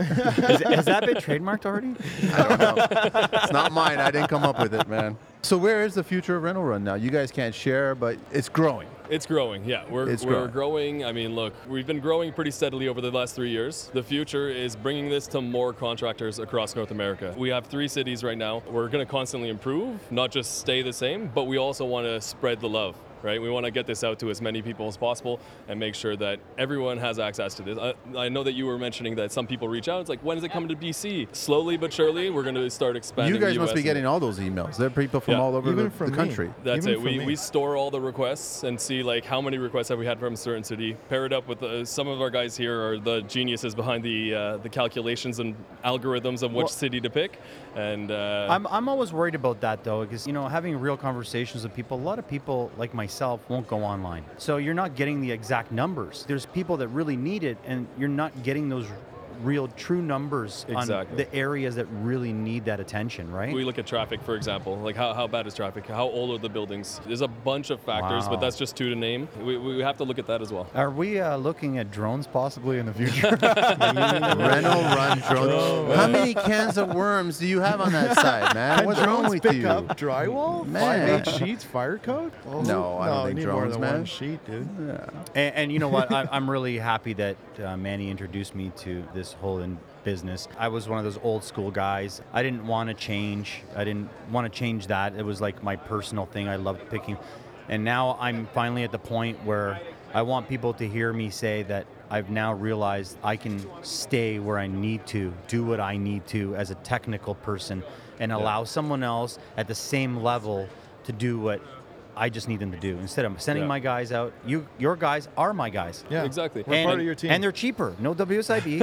Is- has that been trademarked already? I don't know. It's not mine. I didn't come up with it, man. So where is the future of Rental Run now? You guys can't share, but it's growing. It's growing, yeah. We're, It's we're growing. I mean, look, we've been growing pretty steadily over the last three years. The future is bringing this to more contractors across North America. We have three cities right now. We're going to constantly improve, not just stay the same, but we also want to spread the love. Right, we want to get this out to as many people as possible and make sure that everyone has access to this. I, I know that you were mentioning that some people reach out. It's like, when is it coming to BC? Slowly but surely, we're going to start expanding. you guys must US be and- getting all those emails. There are people from Yeah. all over Even the, the from me. country. That's Even it. for We, me. we store all the requests and see like how many requests have we had from a certain city. Pair it up with uh, some of our guys here are the geniuses behind the uh, the calculations and algorithms of which Well- city to pick. And uh, I'm, I'm always worried about that though, because you know, having real conversations with people, a lot of people like myself won't go online. So you're not getting the exact numbers. There's people that really need it, and you're not getting those real true numbers Exactly. on the areas that really need that attention, right? we look at traffic, for example. Like how, how bad is traffic? How old are the buildings? There's a bunch of factors, Wow. but that's just two to name. We, we have to look at that as well. Are we uh, looking at drones possibly in the future? Rental Run drone. How many cans of worms do you have on that side, man? What's wrong Drones with pick you? up drywall, Man. five-eight sheets, fire code. Oh, No, I don't think you need more drones, than man. one sheet, dude. and, and you know what? I, I'm really happy that uh, Manny introduced me to this whole in business. I was one of those old school guys. I didn't want to change. I didn't want to change that. It was like my personal thing. I loved picking. And now I'm finally at the point where I want people to hear me say that I've now realized I can stay where I need to, do what I need to as a technical person, and allow someone else at the same level to do what I just need them to do. Instead of sending Yeah. my guys out, you your guys are my guys. Yeah, Exactly. We're And- part of your team. And they're cheaper. No WSIB.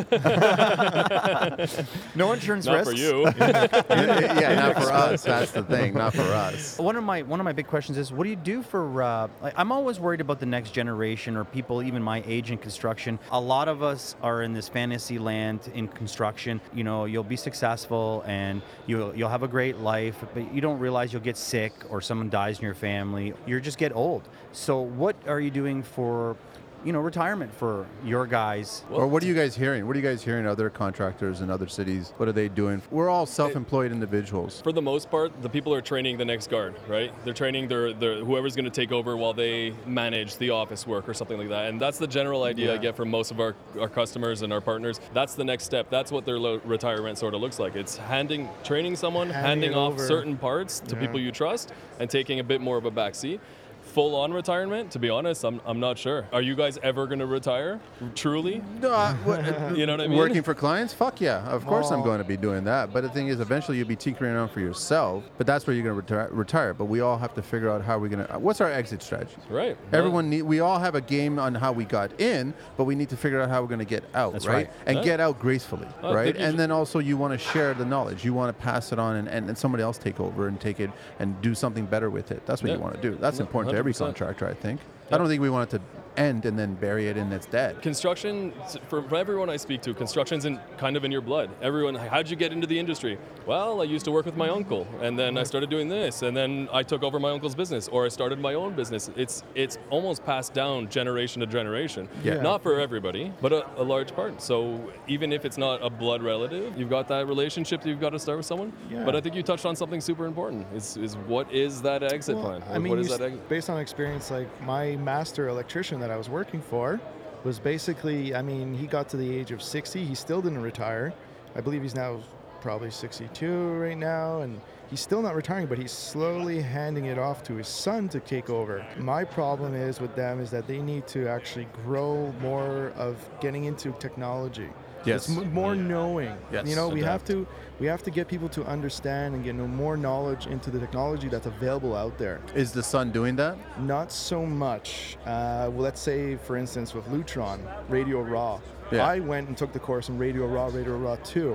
no insurance Not risks. for you. yeah, not for us. That's the thing. Not for us. One of my one of my big questions is, what do you do for? Uh, like, I'm always worried about the next generation or people even my age in construction. A lot of us are in this fantasy land in construction. You know, you'll be successful and you'll you'll have a great life, but you don't realize you'll get sick or someone dies in your family family, you just get old. So what are you doing for, you know, retirement for your guys? Well, or what are you guys hearing? What are you guys hearing other contractors in other cities? What are they doing? We're all self-employed individuals. For the most part, the people are training the next guard, right? They're training their, their whoever's going to take over while they manage the office work or something like that. And that's the general idea I get from most of our, our customers and our partners. That's the next step. That's what their lo- retirement sort of looks like. It's handing training someone, Handing handing, it off over. certain parts to Yeah. people you trust, and taking a bit more of a backseat. Full on retirement, to be honest, I'm, I'm not sure. Are you guys ever going to retire? Truly? No, I- what- You know what I mean? Working for clients? Fuck yeah. Of course I'm going to be doing that. But the thing is, eventually you'll be tinkering around for yourself, but that's where you're going to reti- retire. But we all have to figure out how we're going to. What's our exit strategy? Right. Everyone need, we all have a game on how we got in, but we need to figure out how we're going to get out, That's right? right. Oh, And Yeah. get out gracefully, I right? think you And should- then also you want to share the knowledge. You want to pass it on and, and, and somebody else take over and take it and do something better with it. That's what you Yeah. want to do. That's No, important to every 100%. contractor, I think. I don't think we want it to end and then bury it and it's dead. construction for for everyone i speak to construction's in kind of in your blood everyone how'd you get into the industry well i used to work with my uncle and then i started doing this and then i took over my uncle's business or i started my own business it's it's almost passed down generation to generation Yeah. not for everybody but a, a large part so even if it's not a blood relative you've got that relationship that you've got to start with someone Yeah. but i think you touched on something super important is is what is that exit Well, plan I mean, what is you s- that exit based on experience, like my master electrician that I was working for was basically, I mean, he got to the age of 60. He still didn't retire. I believe he's now probably 62 right now, and he's still not retiring, but he's slowly handing it off to his son to take over. My problem is with them is that they need to actually grow more of getting into technology. Yes. It's m- more knowing. Yes. You know, we have Adapt. to to- we have to get people to understand and get no more knowledge into the technology that's available out there. Is the sun doing that? Not so much. Uh, well, let's say, for instance, with Lutron, Radio Raw. Yeah. I went and took the course in Radio Raw, Radio Raw 2.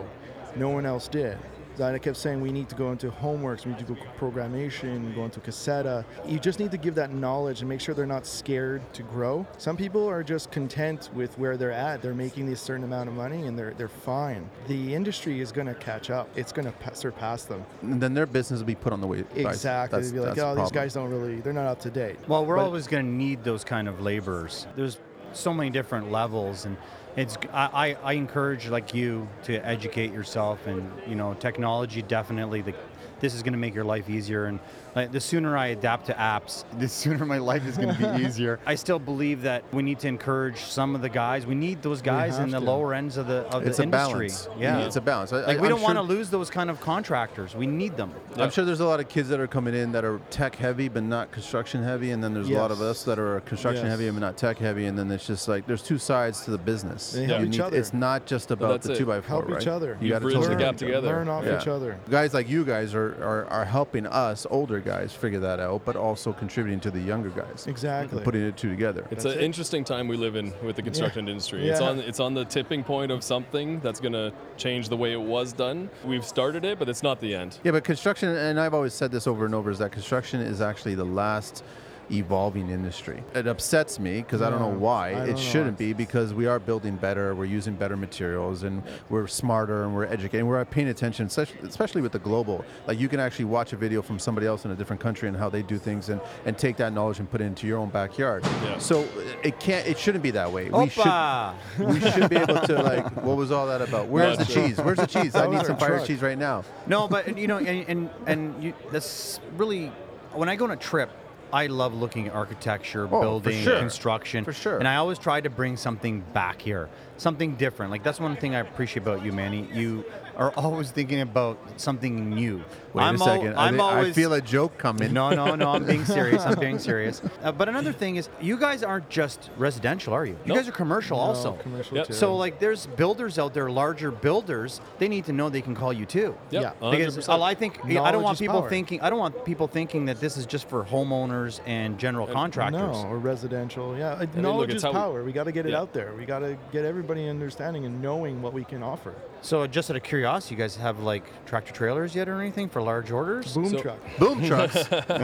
No one else did. And I kept saying we need to go into homeworks, we need to go programmation, go into Caseta. You just need to give that knowledge and make sure they're not scared to grow. Some people are just content with where they're at. They're making this certain amount of money and they're they're fine. The industry is going to catch up. It's going to pa- surpass them. And then their business will be put on the way. Exactly. They'd be like, oh, these guys don't really. They're not up to date. Well, we're But- always going to need those kind of laborers. There's so many different levels, and it's I, I, I encourage like you to educate yourself, and you know, technology definitely the. This is going to make your life easier, and like, the sooner I adapt to apps, the sooner my life is going to be easier. I still believe that we need to encourage some of the guys. We need those guys in have the to. lower ends of the of It's the a industry. balance. Yeah, It's a balance. I- Like I- we I'm don't want to sure- lose those kind of contractors. We need them. I'm sure there's a lot of kids that are coming in that are tech heavy but not construction heavy, and then there's a lot of Yes. us that are construction Yes. heavy but not tech heavy, and then it's just like there's two sides to the business. They help You each other. It's not just about that's the it. two by four, Help each right? other. You You got to bridge totally the gap help together. Learn off Yeah. each other. Guys like you guys are, are, are helping us older guys figure that out, but also contributing to the younger guys. Exactly. Putting the two together. It's That's an it. interesting time we live in with the construction industry. It's Yeah. on it's on the tipping point of something that's going to change the way it was done. We've started it, but it's not the end. Yeah, but construction, and I've always said this over and over, is that construction is actually the last evolving industry. It upsets me because I don't know Yeah, why. I don't It know. shouldn't be because we are building better, we're using better materials, and we're smarter and we're educating. We're paying attention, especially- especially with the global. Like you can actually watch a video from somebody else in a different country and how they do things, and, and take that knowledge and put it into your own backyard. Yeah. So it can't. It shouldn't be that way. We should. Opa! We should be able to like. What was all that about? Where's the Not sure. cheese? Where's the cheese? I That was need our some fire truck. cheese right now. No, but you know, and and, and you, that's really when I go on a trip. I love looking at architecture, Oh, for building, sure. construction. For sure. And I always try to bring something back here, something different. Like, that's one thing I appreciate about you, Manny. You are always thinking about something new. Wait I'm a al- second. I, I'm thi- I always, feel a joke coming. No, no, no. I'm being serious. I'm being serious. Uh, but another thing is, you guys aren't just residential, are you? You Nope. guys are commercial also. Oh, commercial Yep. too. So, like, there's builders out there, larger builders. They need to know they can call you too. Yep, Yeah. Because 100%. well, I think I don't Knowledge want is people power. thinking I don't want people thinking that this is just for homeowners and general contractors. No, or residential. Yeah, Uh, look, knowledge it's is how we- power. We, got to get it Yeah. out there. We got to get everybody understanding and knowing what we can offer. So just out of curiosity, you guys have like tractor trailers yet or anything for large orders? Boom So- truck. Boom trucks.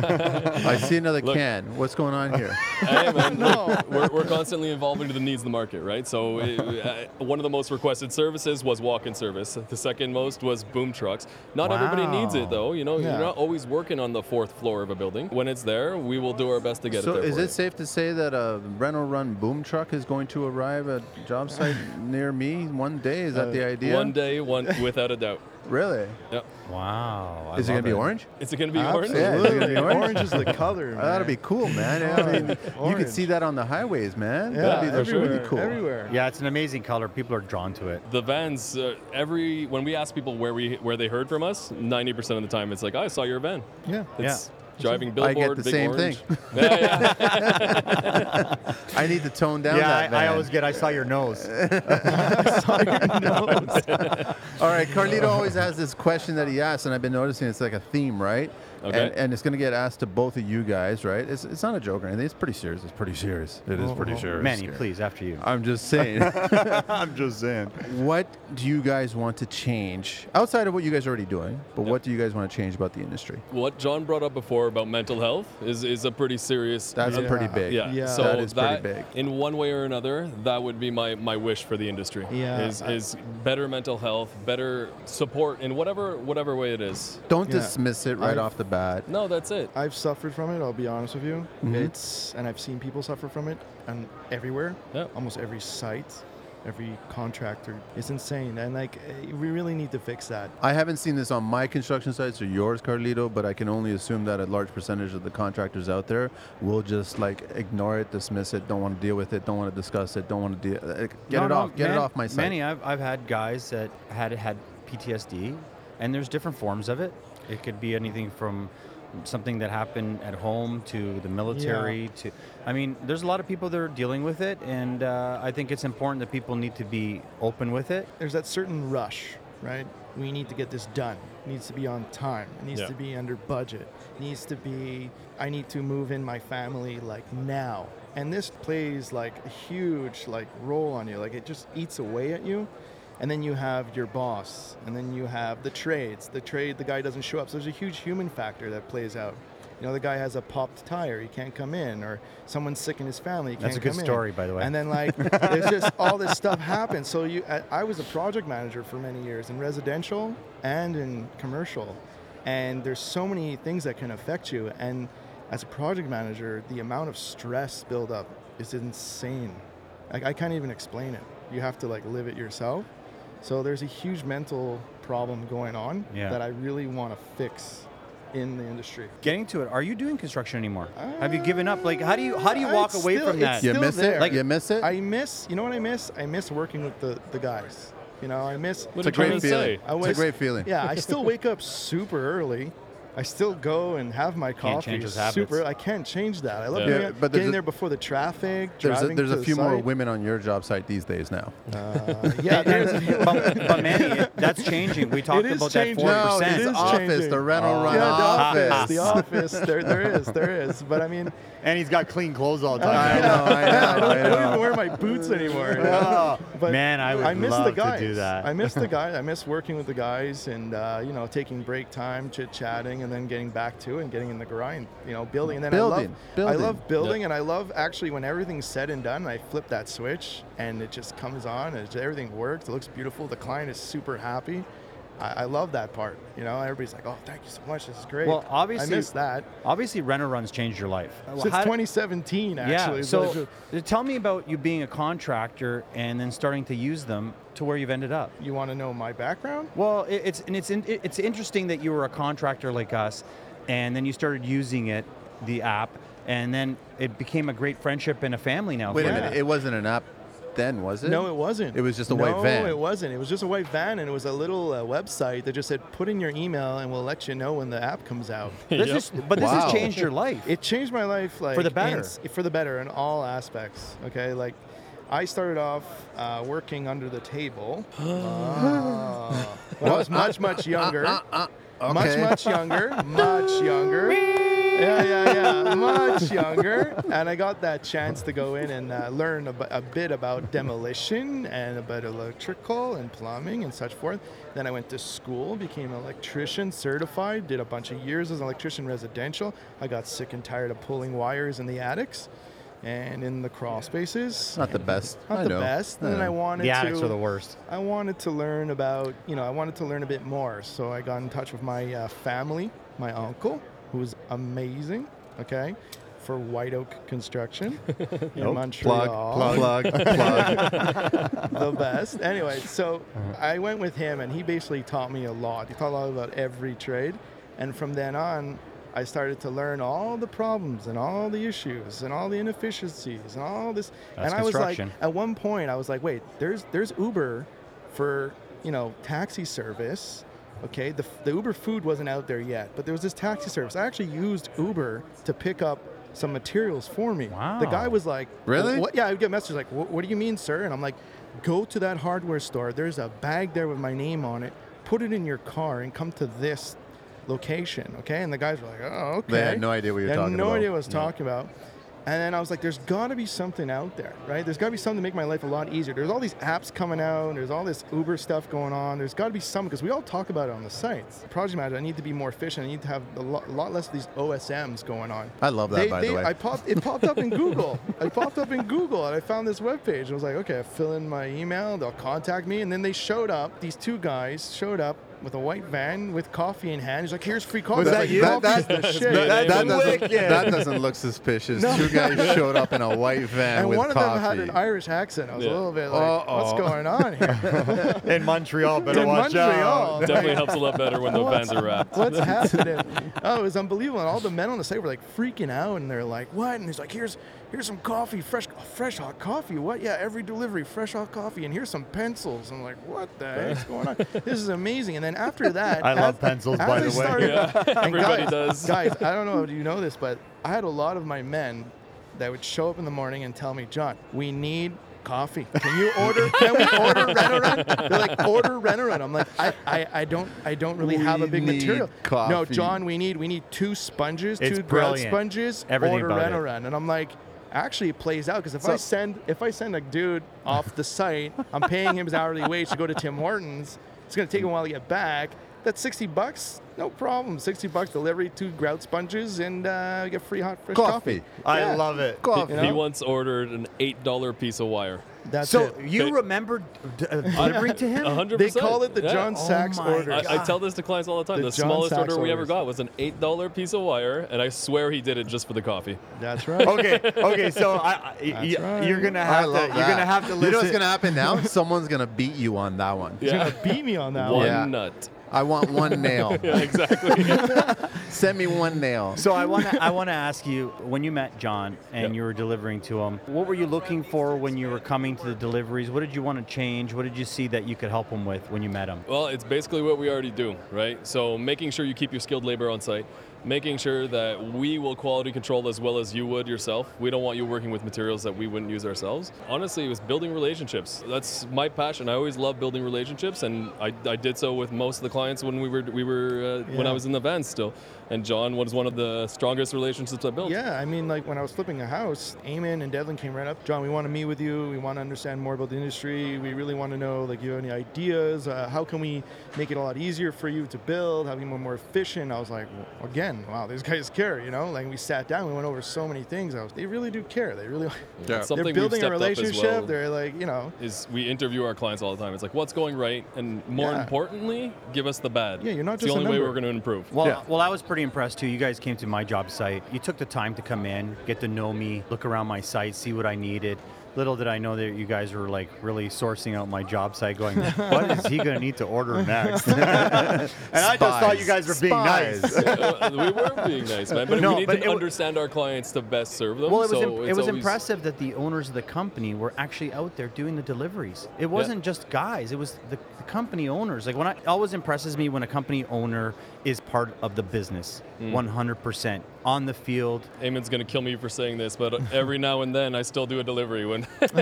I see another Look. can. What's going on here? Hey, man, we're, we're constantly evolving to the needs of the market, right? So, uh, uh, one of the most requested services was walk in service. The second most was boom trucks. Not everybody needs Wow. it, though. You know, Yeah. you're not always working on the fourth floor of a building. When it's there, we will do our best to get So it there. is for it safe to say that a rental run boom truck is going to arrive at job site near me one day? Is that the you. idea? One day, one without a doubt. Really? Yeah. Wow. I Is it going love to be orange? Is it going to be Absolutely. orange? Yeah, it's gonna be orange. orange is the color. Oh, that'd be man. cool, man. I mean, you could Orange. see that on the highways, man. Yeah, that'd be, that'd be everywhere, really cool. Everywhere. Yeah, it's an amazing color. People are drawn to it. The vans, uh, every when we ask people where we where they heard from us, 90% of the time it's like, "Oh, I saw your van. Yeah. It's Yeah. driving I billboard, get the big same orange. thing. Yeah, yeah. I need to tone down yeah, that. I, I van. always get. I saw your nose. All right, Carlito always has this question that he asks, and I've been noticing it's like a theme, right? Okay. And, and it's going to get asked to both of you guys, right? It's, it's not a joke or anything. It's pretty serious. It's pretty serious. It is Oh, pretty serious. Manny, please, after you. I'm just saying. I'm just saying. what do you guys want to change outside of what you guys are already doing? But what do you guys want to change about the industry? what John brought up before about mental health is, is a pretty serious. That's Yeah. pretty big. yeah. Yeah. So That is pretty that- big. In one way or another, that would be my, my wish for the industry. Yeah. Is, is better mental health, better support in whatever whatever way it is. Don't Yeah. dismiss it right I've- off the bat. No, that's it. I've suffered from it. I'll be honest with you. It's and I've seen people suffer from it, and everywhere, Yeah. almost every site, every contractor. It's insane, and like eh, we really need to fix that. I haven't seen this on my construction sites or yours, Carlito, but I can only assume that a large percentage of the contractors out there will just like ignore it, dismiss it, don't want to deal with it, don't want to discuss it, don't want to deal. Like, get No, it no, off, get it man- off my site. Manny, I've, I've had guys that had had PTSD, and there's different forms of it. It could be anything from something that happened at home to the military to i mean there's a lot of people that are dealing with it and uh, i think it's important that people need to be open with it There's that certain rush, right? We need to get this done. It needs to be on time. It needs Yeah. to be under budget. It needs to be. I need to move in my family like now. And this plays like a huge like role on you. Like it just eats away at you. And then you have your boss, and then you have the trades. The trade, the guy doesn't show up. So there's a huge human factor that plays out. You know, the guy has a popped tire, he can't come in, or someone's sick in his family, he can't That's a good come in. story, by the way. And then like, there's just all this stuff happens. So you, I, I was a project manager for many years in residential and in commercial, and there's so many things that can affect you. And as a project manager, the amount of stress buildup is insane. Like I can't even explain it. You have to like live it yourself. So there's a huge mental problem going on Yeah. that I really want to fix in the industry. getting to it are you doing construction anymore have you given up like how do you how do you Uh, walk it's away still- from that it's you still miss it. there. you miss it. I miss, you know what I miss? I miss working with the, the guys. You know, I miss. What it's a I'm trying great to feeling. say. I It's a was- great feeling. Yeah, I still wake up super early. I still go and have my coffee. Can't change his habits. super. I can't change that. I love Yeah. doing Yeah, it- but there's getting a- there before the traffic. There's a, driving there's to a the few more site. women on your job site these days now. Uh, yeah, there's a few. but, but Manny, it- that's changing. We talked It is about changing. that Uh, 40%. it is it's office, changing. the rental Oh. run Yeah, the office. office, the office. There, there is, there is. But I mean, and he's got clean clothes all the I know, I I know, don't, I I don't know. even wear my boots anymore. Oh, But Man, I would miss the love to guys. do that. I miss the guys. I miss working with the guys and uh, you know taking break time, chit chatting, and then getting back to it and getting in the grind. You know, building and then Building, I love building. I love building and I love actually when everything's said and done. I flip that switch and it just comes on and everything works. It looks beautiful. The client is super happy. I, I love that part. You know, everybody's like, "Oh, thank you so much. This is great." Well, obviously- I miss that. Obviously, Renner Run's changed your life. Since How- 2017, actually. Yeah. is what So it- tell me about you being a contractor and then starting to use them to where you've ended up. you want to know my background? Well, it, it's and it's in, it- it's interesting that you were a contractor like us, and then you started using it, the app, and then it became a great friendship and a family now. Wait for a you. minute. It wasn't an app then, was it? No, it wasn't. It was just a white no, van. it wasn't. It was just a white van, and it was a little uh, website that just said, "Put in your email, and we'll let you know when the app comes out." This Yep. is, but this Wow. has changed your life. it changed my life, like For the better. in- for the better in all aspects. Okay, like I started off uh, working under the table Ah. when I was much, much younger. Uh, okay. Much, much younger. Much younger. Yeah, yeah, yeah. Much younger. And I got that chance to go in and uh, learn a, bu- a bit about demolition and about electrical and plumbing and such forth. Then I went to school, became an electrician, certified, did a bunch of years as an electrician residential. I got sick and tired of pulling wires in the attics and in the crawl spaces. Not the best. Not I the know. best. And then I wanted The to. addicts are the worst. I wanted to learn about, you know, I wanted to learn a bit more. So I got in touch with my uh, family, my uncle, who was amazing, okay, for White Oak Construction in Montreal. Oh, Plug, plug, plug. The best. Anyway, so Uh-huh. I went with him and he basically taught me a lot. He taught a lot about every trade. And from then on, I started to learn all the problems and all the issues and all the inefficiencies and all this. That's and I was like, construction. at one point, I was like, wait, there's there's Uber for you know taxi service. Okay, the, the Uber food wasn't out there yet, but there was this taxi service. I actually used Uber to pick up some materials for me. The guy Wow. was like, Really? What? Yeah, I would get messages like, "Wh- what do you mean, sir? And I'm like, go to that hardware store. There's a bag there with my name on it. Put it in your car and come to this location. Okay. And the guys were like, oh, okay. They had no idea what you were They had talking no about. idea what I was talking about. And then I was like, there's got to be something out there, right? There's got to be something to make my life a lot easier. There's all these apps coming out, and there's all this Uber stuff going on. There's got to be something, because we all talk about it on the sites. Project manager, I need to be more efficient. I need to have a lot, lot less of these OSMs going on. I love that, They- by they- the way. I popped, it popped up in Google. I popped up in Google, and I found this webpage. I was like, okay, I fill in my email, they'll contact me. And then they showed up, these two guys showed up with a white van with coffee in hand. He's like, here's free coffee. Was that I was you? like, That- coffee's the that- shit. That, that Nathan doesn't, Wicked. that doesn't look suspicious. Two guys showed up in a white van and with one of coffee. them had an Irish accent. I was Yeah. a little bit like, what's Uh-oh. going on here? In Montreal, better In watch Montreal. out. Definitely helps a lot better when the vans are wrapped. What's happening? Oh, it was unbelievable. And all the men on the site were like freaking out, and they're like, "What?" And he's like, "Here's here's some coffee, fresh fresh hot coffee. What? Yeah, every delivery, fresh hot coffee. And here's some pencils." I'm like, "What the heck's going on? This is amazing." And then after that, I love as- pencils, as by I the way. started- Yeah, and everybody guys, does. Guys, I don't know if you know this, but I had a lot of my men that would show up in the morning and tell me, John, we need coffee. Can you order? Can we order Renorun? They're like, order Renorun. I'm like, I, I, I don't I don't really have a We big need material. No, coffee. John, we need we need two sponges, It's two ground brilliant. sponges. Everything order about it. Renorun, and I'm like. Actually, it plays out because if I So- send if I send a dude off the site, I'm paying him his hourly wage to go to Tim Hortons. It's gonna take him a while to get back. That's sixty bucks, no problem. Sixty bucks delivery, two grout sponges, and uh, get free hot fresh coffee. coffee. I Yeah. love it. Coffee. You He know? once ordered an eight dollar piece of wire. That's So it. you They- remembered d- uh, delivering to him? A hundred They percent. call it the Yeah. John Oh Sachs my order. God. I, I tell this to clients all the time. The The, John smallest Sachs order we ever orders. got was an eight dollar piece of wire, and I swear he did it just for the coffee. That's right. okay, okay. So I, I, y- That's y- right. you're gonna I have to. love You're that. gonna have to listen. You know what's gonna happen now? Someone's gonna beat you on that one. He's Yeah. gonna beat me on that One one. Yeah. nut. I want one nail. Yeah, exactly. Send me one nail. So I want to I want to ask you when you met John and Yeah. you were delivering to him, what were you looking for when you were coming to the deliveries? What did you want to change? What did you see that you could help him with when you met him? Well, it's basically what we already do, right? So making sure you keep your skilled labor on site, making sure that we will quality control as well as you would yourself. We don't want you working with materials that we wouldn't use ourselves. Honestly, it was building relationships. That's my passion. I always love building relationships, and I, I did so with most of the clients when we were we were uh, when Yeah. I was in the van still. And John was one of the strongest relationships I built. Yeah, I mean, like when I was flipping a house, Eamon and Devlin came right up. John, we want to meet with you. We want to understand more about the industry. We really want to know, like, you have any ideas? Uh, how can we make it a lot easier for you to build, having more more efficient? I was like, "Well, again, wow, these guys care, you know? Like, we sat down, we went over so many things. I was, they really do care. They really, It's something they're we've building a stepped up as relationship. well. They're like, you know, is we interview our clients all the time. It's like, what's going right, and more Yeah. importantly, give us the bad. Yeah, you're not it's just a the only way number. we're going to improve. Well, well, I was pretty impressed too. You guys came to my job site. You took the time to come in, get to know me, look around my site, see what I needed. Little did I know that you guys were like really sourcing out my job site, going, "What is he gonna need to order next?" and I just thought you guys were being Spies. nice. Uh, we were being nice, man, but No, we need but to it wa- understand our clients to best serve them. Well, it was so imp- it it's was always- impressive that the owners of the company were actually out there doing the deliveries. It wasn't just guys; it was the, the company owners. Like when I Mm. it always impresses me when a company owner is part of the business, one hundred percent. on the field. Eamon's gonna kill me for saying this, but every now and then I still do a delivery when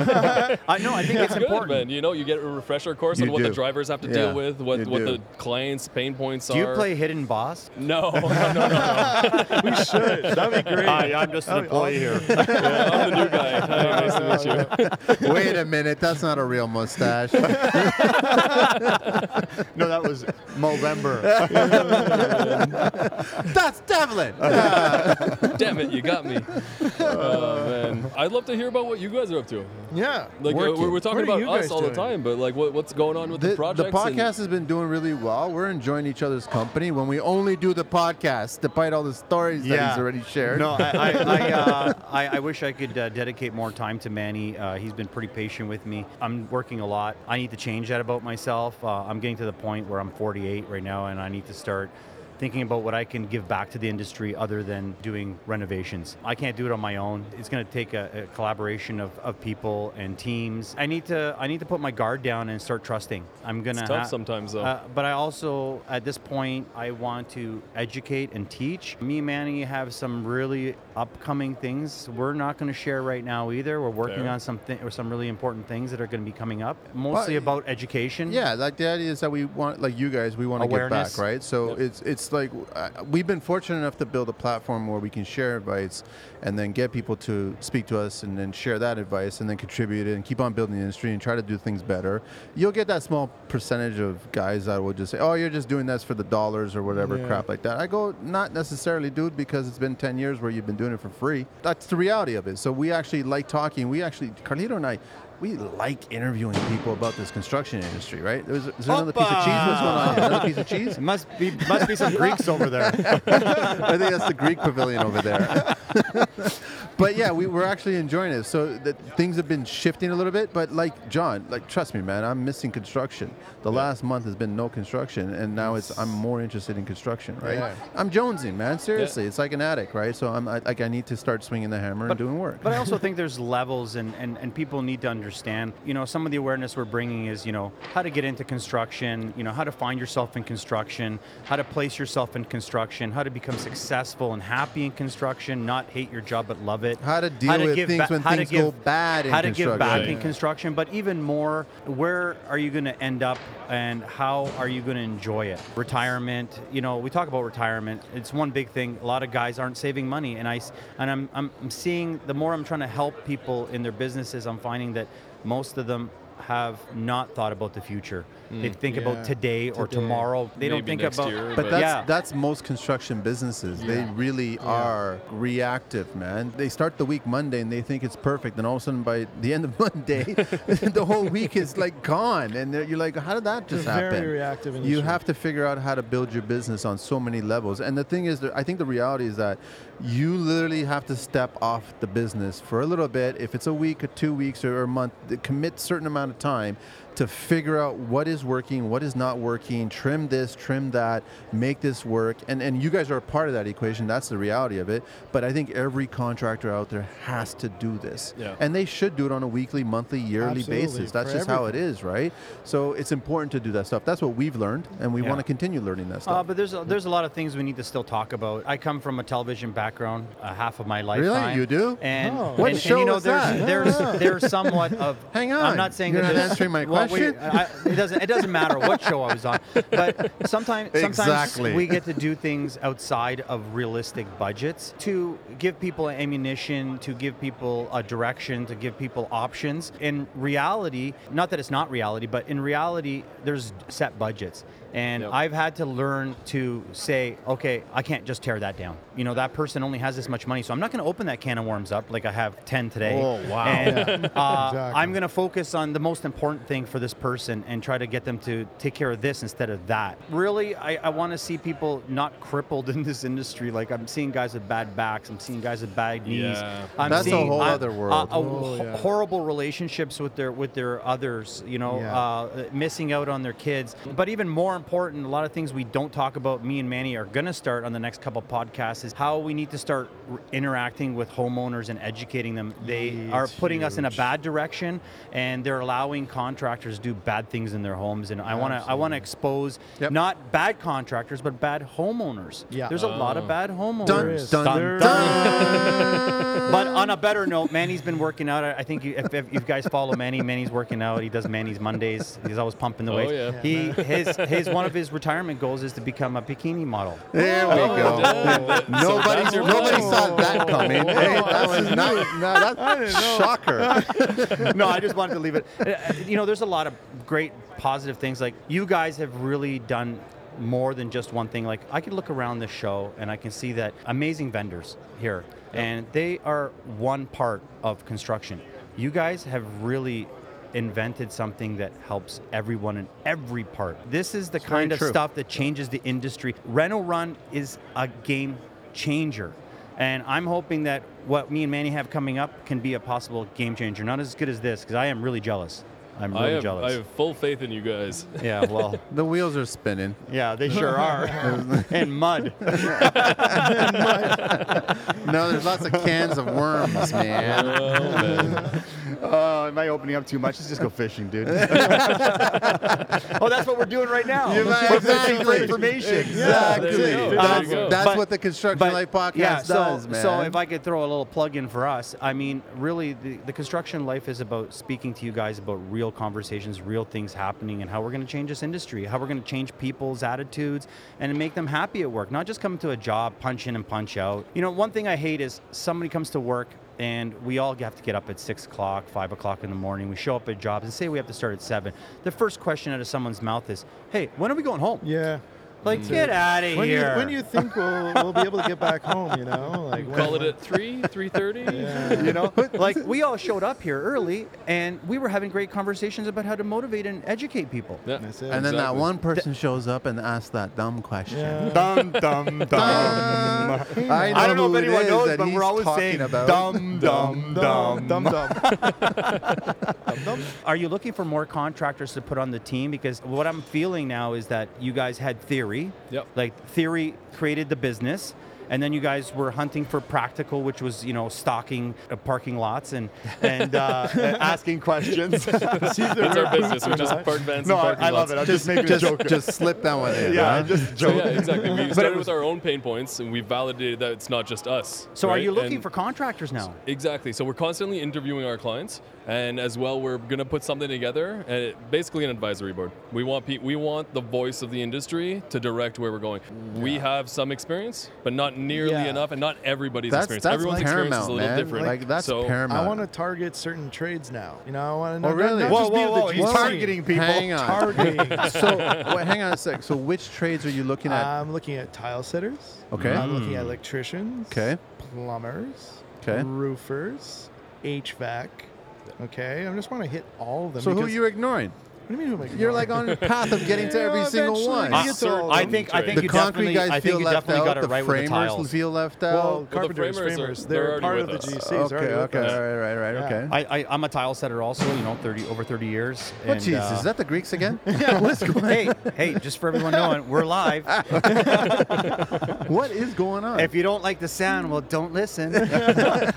I no, I think it's good, important. man. You know, you get a refresher course You on what the do. drivers have to Yeah, deal with, what you what do. the clients' pain points Do you are. play hidden boss? No, no, no, no. We should. That'd be great. I'm just an employee here. I'm the new guy. Hi, nice to meet you. Wait a minute, that's not a real mustache. no, that was Movember. that's Devlin. Uh, Damn it, you got me. Oh man, I'd love to hear about what you guys are up to. yeah. Like uh, Working. we're, we're talking What are about you us guys all the doing? time, but like what, what's going on with the, The, projects? the and- podcast has been doing really well. We're enjoying each other's company when we only do the podcast, despite all the stories that he's already shared. No, I, I, I, uh, I, I wish I could uh, dedicate more time to Manny. Uh, he's been pretty patient with me. I'm working a lot. I need to change that about myself. Uh, I'm getting to the point where I'm 48 right now, and I need to start thinking about what I can give back to the industry other than doing renovations. I can't do it on my own. It's going to take a, a collaboration of, of people and teams. I need to I need to put my guard down and start trusting. I'm going to It's tough sometimes, though. uh, but I also, at this point, I want to educate and teach. Me and Manny have some really upcoming things we're not going to share right now either. We're working Fair. on something or some really important things that are going to be coming up, mostly about education. Yeah, like the idea is that we want, like you guys, we want to give Awareness. back, right? So it's it's like uh, we've been fortunate enough to build a platform where we can share advice, and then get people to speak to us, and then share that advice, and then contribute it, and keep on building the industry and try to do things better. You'll get that small percentage of guys that will just say, "Oh, you're just doing this for the dollars or whatever Yeah. crap like that." I go, "Not necessarily, dude, because it's been 10 years where you've been doing it for free." That's the reality of it. So we actually like talking. We actually, Carlito and I. We like interviewing people about this construction industry, right? There's, is there another piece of cheese? What's going on? Here? Another piece of cheese? It must be must be some Greeks over there. I think that's the Greek pavilion over there. but yeah, we, we're actually enjoying it. So the, things have been shifting a little bit. But like John, like trust me, man, I'm missing construction. The last month has been no construction, and now it's I'm more interested in construction, right? Yeah. I'm jonesing, man. Seriously, it's like an addict, right? So I'm I, like I need to start swinging the hammer and doing work. But I also think there's levels, and, and, and people need to understand. You know, some of the awareness we're bringing is, you know, how to get into construction, you know, how to find yourself in construction, how to place yourself in construction, how to become successful and happy in construction, not hate your job but love it. How to deal with give things when how to things go bad in How to give back construction. in construction, but even more, where are you going to end up and how are you going to enjoy it? Retirement, you know, we talk about retirement. It's one big thing. A lot of guys aren't saving money, and I s- and I'm I'm, I'm seeing the more I'm trying to help people in their businesses, I'm finding that most of them have not thought about the future. they think about Yeah. today or Today. tomorrow. They don't Mm. Maybe think next about year, But But- that's yeah. that's most construction businesses. They really are reactive, man. They start the week Monday and they think it's perfect, and all of a sudden by the end of Monday, the whole week is like gone, and they're- you're like, how did that just They're very happen? reactive You industry. have to figure out how to build your business on so many levels, and the thing is, that I think the reality is that you literally have to step off the business for a little bit. If it's a week or two weeks or a month, th- commit certain amount of time to figure out what is working, what is not working, trim this, trim that, make this work. And and you guys are a part of that equation. That's the reality of it. But I think every contractor out there has to do this. Yeah. And they should do it on a weekly, monthly, yearly Absolutely, basis. That's for just how it is, right? So it's important to do that stuff. That's what we've learned and we Yeah. want to continue learning that Uh, stuff. but there's a, there's a lot of things we need to still talk about. I come from a television background, uh, half of my lifetime. You do? And, Oh. and- What and, show you know, was there's, that? There's there's somewhat of. Hang on. I'm not saying You're that not there's- answering my well, we- question? I, it doesn't it doesn't matter what show I was on, but sometimes sometimes Exactly. we get to do things outside of realistic budgets to give people ammunition, to give people a direction, to give people options. In reality, not that it's not reality, but in reality, there's set budgets. And Yep. I've had to learn to say, okay, I can't just tear that down. You know, that person only has this much money, so I'm not going to open that can of worms up like I have 10 today. Oh, wow. And, uh, Exactly. I'm going to focus on the most important thing for this person and try to get them to take care of this instead of that. Really, I, I want to see people not crippled in this industry. Like I'm seeing guys with bad backs, I'm seeing guys with bad knees. Yeah. I'm That's a seeing, whole I- other uh, world. uh, Oh, ho- yeah. Horrible relationships with their with their others. You know, Yeah. uh, missing out on their kids. But even more important, a lot of things we don't talk about. Me and Manny are going to start on the next couple podcasts is how we need to start r- interacting with homeowners and educating them. They are putting us in a bad direction, and they're allowing contractors contractors do bad things in their homes, and I want to I want to expose Yep. not bad contractors but bad homeowners. Yeah. There's a lot Oh. of bad homeowners. Dun, There is. dun, There dun. But on a better note, Manny's been working out. I I think you, if, if you guys follow Manny, Manny's working out. He does Manny's Mondays. He's always pumping the Oh, weights. yeah. He his his one of his retirement goals is to become a bikini model. there we go. Nobody, that's your nobody plan. saw that coming. Whoa. Hey, that was not, no, that's shocker. no, I just wanted to leave it. Uh, You know, there's a lot of great positive things. Like you guys have really done more than just one thing. Like I could look around this show and I can see that amazing vendors here, and they are one part of construction. You guys have really invented something that helps everyone in every part. This is the kind of true. stuff that changes the industry. Reno Run is a game changer. And I'm hoping that what me and Manny have coming up can be a possible game changer. Not as good as this, because I am really jealous. I'm really I have, I jealous. have full faith in you guys. Yeah, well, The wheels are spinning. yeah, they sure are. and mud. No, there's lots of cans of worms, man. Oh, man. Oh, am I opening up too much? Let's just go fishing, dude. Oh, that's what we're doing right now. You might- We're fishing for exactly. information. Exactly. There you go. That's, There you go. that's But- what the Construction but- Life podcast yeah, so, does, man. So if I could throw a little plug in for us, I mean, really, the, the construction life is about speaking to you guys about real conversations, real things happening, and how we're going to change this industry, how we're going to change people's attitudes, and make them happy at work, not just come to a job, punch in and punch out. You know, one thing I hate is somebody comes to work. And we all have to get up at six o'clock, five o'clock in the morning. We show up at jobs and say we have to start at seven. The first question out of someone's mouth is, "Hey, when are we going home?" Yeah. Like, get out of When you, here. when you think we'll, we'll be able to get back home, you know, like when- Call it at three, three thirty. you know like we all showed up here early and we were having great conversations about how to motivate and educate people Yeah. That's it. and then that Exactly. one person shows up and asks that dumb question. Yeah. dum dum dum. I don't know who if it anyone is knows, that but he's we're always talking saying about. dum dum dum Dum dum. are you looking for more contractors to put on the team because what i'm feeling now is that you guys had theory Yep. like theory created the business and then you guys were hunting for practical, which was you know stocking uh, parking lots and and uh, asking questions. See if they're That's our working business. We or just not. park vans no, and I, parking I love it. lots. I'm just, making Just, a joke. just slip that one in. yeah, huh? just So, joke. yeah, exactly. We it started was- with our own pain points, and we validated that it's not just us. so are right? you looking And- for contractors now? Exactly. So we're constantly interviewing our clients, and as well, we're going to put something together, and it, basically an advisory board. We want pe- we want the voice of the industry to direct where we're going. We have some experience, but not nearly Yeah. enough, and not everybody's That's, experience. that's Everyone's experience is a paramount, little man. different. Like, that's so, paramount. I want to target certain trades now. You know, I want to Oh, know. really? Not Whoa, just whoa, be whoa, the he's joint. targeting people. Hang on. Targeting. so wait, hang on a sec. So which trades are you looking Uh, at? I'm looking at tile setters. Okay. Hmm. I'm looking at electricians. Okay. Plumbers. Okay. Roofers. HVAC. Okay. I just want to hit all of them. so who are because- you ignoring? What do you mean? Who am I You're like on the path of getting to every Yeah, single eventually one. you get to all of I them. think I think the you definitely concrete guys I feel think you left definitely out. got it the right with the framers tiles. feel left Well, out. carpenters, framers are- framers. they're They're already part of the with us. GCs. okay, They're already with okay, us. right, right, right, Yeah. okay. I, I, I'm a tile setter also, you know, 30 over 30 years. oh, and, Jesus, uh, is that the Greeks again? yeah, what's going hey, hey, just for everyone knowing, we're live. What is going on? If you don't like the sound, well, don't listen.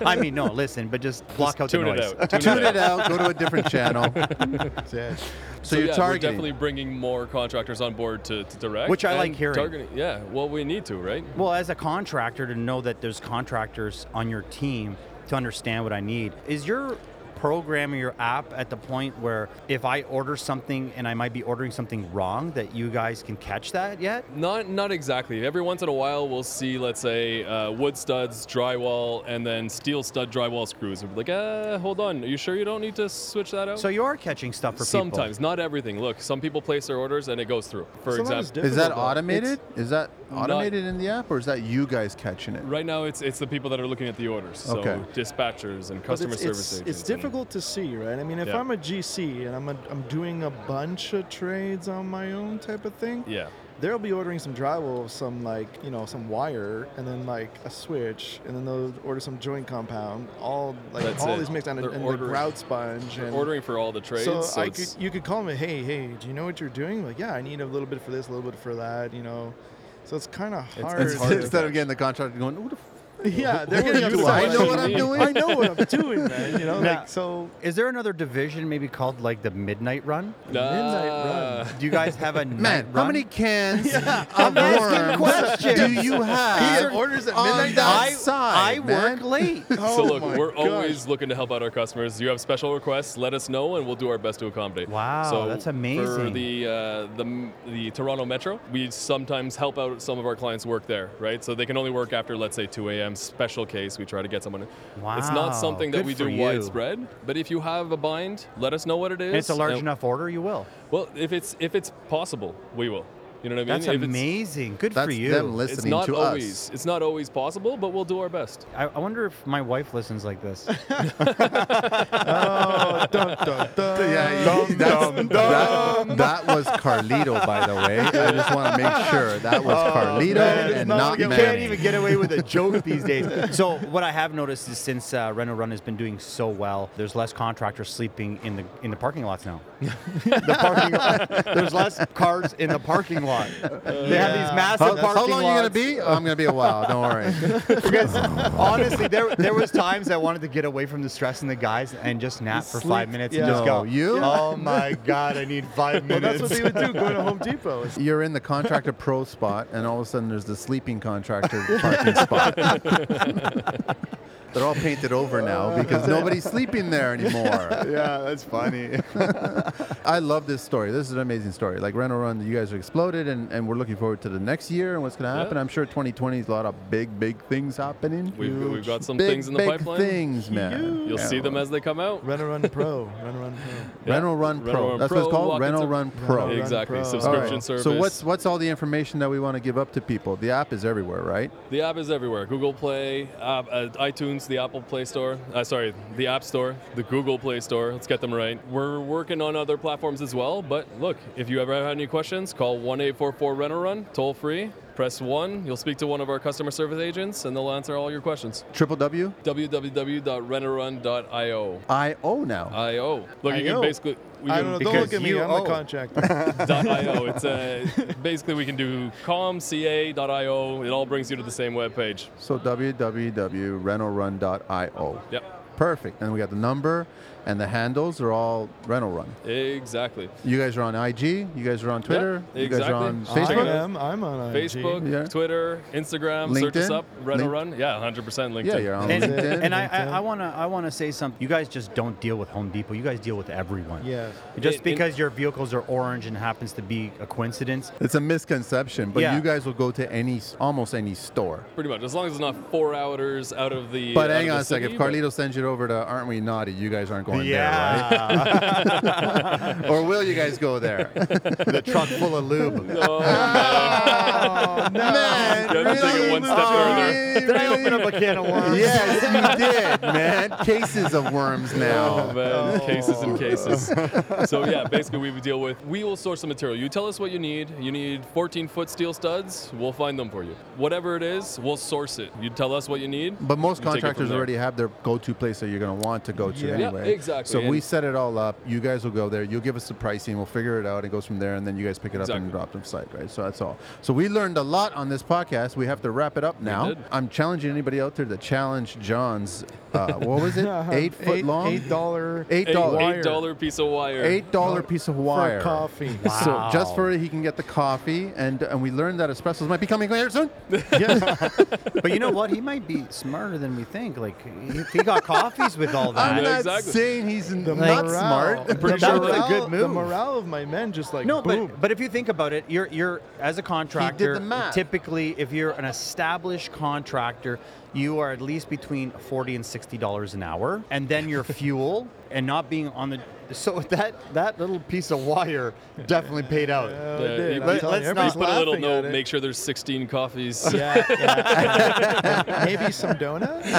I mean, no, listen, but just block out Tune the it noise. out. Tune it out, go to a different channel. That's it. So, you're yeah, We're targeting. definitely bringing more contractors on board to, to direct, Which I and like hearing. Targeting, yeah, well, we need to, right? Well, as a contractor, to know that there's contractors on your team to understand what I need. Is your program or your app at the point where if I order something and I might be ordering something wrong, that you guys can catch that yet? Not not exactly. Every once in a while, we'll see, let's say, uh, wood studs, drywall, and then steel stud drywall screws. We're like, uh, hold on, are you sure you don't need to switch that out? So you are catching stuff for people. Sometimes, not everything. Look, some people place their orders and it goes through. For Sometimes it's example, different. is that difficult, though. automated? Is that not- automated in the app, or is that you guys catching it? right now it's it's the people that are looking at the orders. So Okay. dispatchers and But customer it's, service it's, agents. It's and- difficult to see, right? I mean, if Yeah. I'm a GC and I'm a, I'm doing a bunch of trades on my own type of thing, yeah. they'll be ordering some drywall, some like you know some wire, and then like a switch, and then they'll order some joint compound, all like That's all it. these mixed and, They're and like ordering- grout sponge and Ordering for all the trades. So, So, I it's- could, you could call me, hey, hey, do you know what you're doing? Like, yeah, I need a little bit for this, a little bit for that, you know. So it's kind of hard. It's- harder. Instead of getting the contractor going, what the f- Yeah, they're What are getting you doing? I upset. know what I'm doing. I know what I'm doing, man. You know, Now- like so. Is there another division maybe called like the Midnight Run? Ah. Do you guys have a night Man, run? how many cans of asking worms questions. do you have orders at on midnight. that I, side, I man? work late. So Oh look, my we're gosh. always looking to help out our customers. You have special requests, let us know, and we'll do our best to accommodate. Wow, so that's For amazing. the uh, the the Toronto Metro, we sometimes help out some of our clients work there, right? So they can only work after, let's say, 2 a.m. Special case, we try to get someone. in. it's Wow, not something that good we for do you. widespread, but if you have a bind, let us know what it is. And it's a large and- enough order, you will. Well, if it's if it's possible, we will. You know what I mean? That's If it's- amazing. Good That's for you. them It's listening not to always us. it's not always possible, but we'll do our best. I, I wonder if my wife listens like this. Oh, dun, dun, dun. Yeah, Dum, that's- that- dum, That, was Carlito, by the way. I just want to make sure that was Carlito man, it's and not not like it- man. You can't even get away with a joke these days. So what I have noticed is since uh, Reno Run has been doing so well, there's less contractors sleeping in the in the parking lots now. Uh, the parking lot, there's less cars in the parking lot. they have these massive How, how parking long are you lots. gonna be? Oh, I'm gonna be a while. Don't worry. Because honestly, there there was times I wanted to get away from the stress and the guys and just nap for five sleep. minutes Yeah. and just No, go. you? Oh my god, I need five Well, minutes. that's what they would do. Going to Home Depot. It's- You're in the contractor pro spot, and all of a sudden there's the sleeping contractor parking spot. They're all painted over now because nobody's sleeping there anymore. Yeah, that's funny. I love this story. This is an amazing story. Like Reno Run, you guys are exploded, and, and we're looking forward to the next year and what's going to happen. I'm sure 2020 is a lot of big, big things happening. We've- we've got some Big, things in the big pipeline. Things, man. You'll see them as they come out. Run a run pro. Run a run pro. Yeah. Reno Run Reno Pro. Run That's Pro, what it's called. walk Reno into- Run Pro. Reno Run Exactly. Pro. All Subscription right. service. So what's what's all the information that we want to give up to people? The app is everywhere, right? the app is everywhere. Google Play, app, uh, iTunes, the Apple Play Store. Uh, sorry, the App Store, the Google Play Store. Let's get them right. We're working on other platforms as well. But look, if you ever have any questions, call one eight four four Rent Run, toll free. Press one. You'll speak to one of our customer service agents, and they'll answer all your questions. Triple W www.rentarun.io. I O Uh, now. IO. Look, you IO. can basically. We I can- don't know. Don't look at me. you I'm owe. a contractor. .io. It's uh, basically we can do comca.io. It all brings you to the same web page. So www.renorun.io. Yep, Perfect. And we got the number and the handles are all Reno Run. exactly. You guys are on IG. You guys are on Twitter. you guys exactly. are on Check it I Facebook. out. am. I'm on IG. Facebook, Yeah. Twitter, Instagram. Search us LinkedIn? up. Run Link- run. Yeah, 100% LinkedIn. Yeah, you're on And, LinkedIn. and I, LinkedIn. I, I wanna I wanna say something. You guys just don't deal with Home Depot. You guys deal with everyone. Yeah. Just In- in- because your vehicles are orange and happens to be a coincidence, It's a misconception, but Yeah. you guys will go to any, almost any store. Pretty much, as long as it's not four hours out of the. But out hang of on the a second. city, If but- Carlito sends you over to Aren't We Naughty, you guys aren't going yeah. there, right? or will you guys go there? the truck full of lube. Oh, man. man, You have to take it one step further. Did I open up a can of worms? Yes, you did, man. Cases of worms Oh, now. man. Cases and cases. so, yeah, basically, we would deal with we will source the material. You tell us what you need. You need 14 foot steel studs, we'll find them for you. Whatever it is, we'll source it. You tell us what you need. But most you take it from contractors there. already have their go-to place that you're going to want to go to Yeah. Yeah, anyway. exactly. So we And- set it all up. You guys will go there. You'll give us the pricing. We'll figure it out. It goes from there, and then you guys pick it up Exactly. and drop it on site, right? So that's all. So we learned a lot on this podcast. We have to wrap it up now. did. I'm challenging anybody out there to challenge John's. Uh, what was it? Eight foot long. Eight dollar. Eight Eight dollar. eight dollar piece of wire. Eight dollar piece of wire. for coffee. So just for it, he can get the coffee, and and we learned that espressos might be coming here soon. But you know what? He might be smarter than we think. Like if he got coffees with all I'm Yeah, that. not exactly. saying he's The not morale. smart. The pretty sure morale, that was a good The move. morale of my men just like No, boom. but but if you think about it, you're you're as a contractor. the math. Typically, if you're an established contractor, you are at least between forty and sixty dollars an hour, and then your fuel and not being on the. So that that little piece of wire definitely paid out. Oh, Yeah, dude, you- I'm let- telling let's you, not- You everybody's put a little laughing at note, it. make sure there's 16 coffees. Yeah, yeah. Maybe some donuts.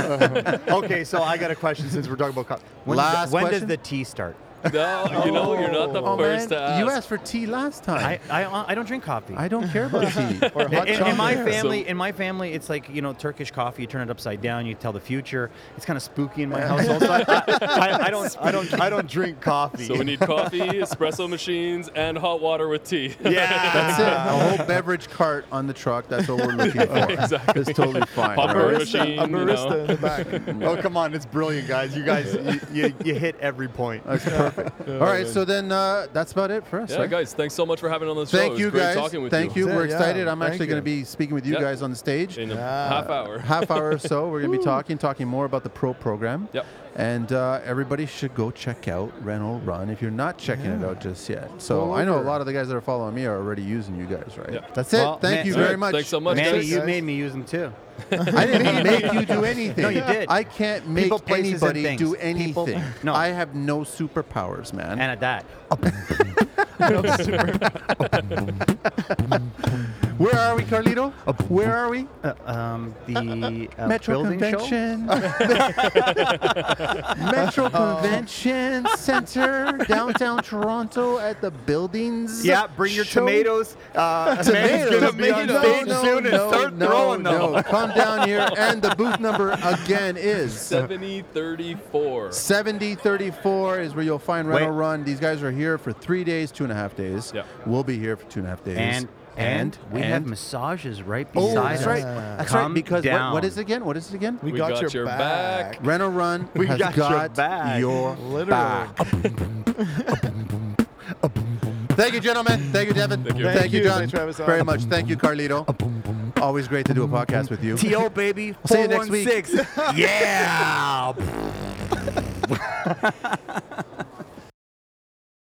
okay, so I got a question since we're talking about. Co- when does- Last when question? does the tea start? No, you know, you're not the Oh, first man, to ask. You asked for tea last time. I, uh, I, I don't drink coffee. I don't care about tea. Or hot in, in- in my chocolate. family, So- in my family, it's like you know Turkish coffee. You turn it upside down, you tell the future. It's kind of spooky in my house. Also, I, I- I don't, I don't, I don't drink coffee. So we need coffee, espresso machines, and hot water with tea. yeah, That's it. A whole beverage cart on the truck. That's what we're looking for. Exactly. It's totally fine. Pop right? burger. machine, you a know. barista in the back. Oh, come on. It's brilliant, guys. You guys, you, you, you hit every point. That's perfect. All right, so then uh, that's about it for us. Yeah, right? guys, thanks so much for having on the show. It Thank was you, great guys. talking with Thank you. you. That's it, We're yeah. excited. I'm Thank actually going you. to be speaking with you Yep. guys on the stage. In a Yeah. half hour. half hour or so. We're going to be talking, talking more about the pro program. Yep. And uh, everybody should go check out Rental Run if you're not checking it out just yet. So Go I know a over. lot of the guys that are following me are already using you guys, right? Yeah. That's it. Well, man- Thank you All right, very much. Thanks so much, Manny, guys. you made me use them too. I didn't make you do anything. No, you did. I can't make People, places, and anybody things. do People- anything. No. I have no superpowers, man. And at that, Where are we, Carlito? Where are we? uh, um, the uh, Metro building show? Convention. Uh-huh. Metro Convention Center, downtown Toronto at the buildings. Yeah, bring your show. tomatoes. Uh, Tomatoes. Amanda's gonna be on No, stage no, soon no, and start no, throwing them. no. Come down here, and the booth number again is 7034. 7034 is where you'll find Wait. Rental Run. These guys are here for three days, two and a half days. Yeah. We'll be here for two and a half days. And and we have and- massages right Oh, beside that's us. right. That's right. Come Because what, down. what is it again? What is it again? We, We got, got your, your back. back. Rental Run We has got your back. your Literally. back. Thank you, gentlemen. Thank you, Devin. Thank you. Thank you. John. Thanks, Travis. Very much. Thank you, Carlito. Always great to do a podcast with you. T.O. baby. See you next week. 416. yeah.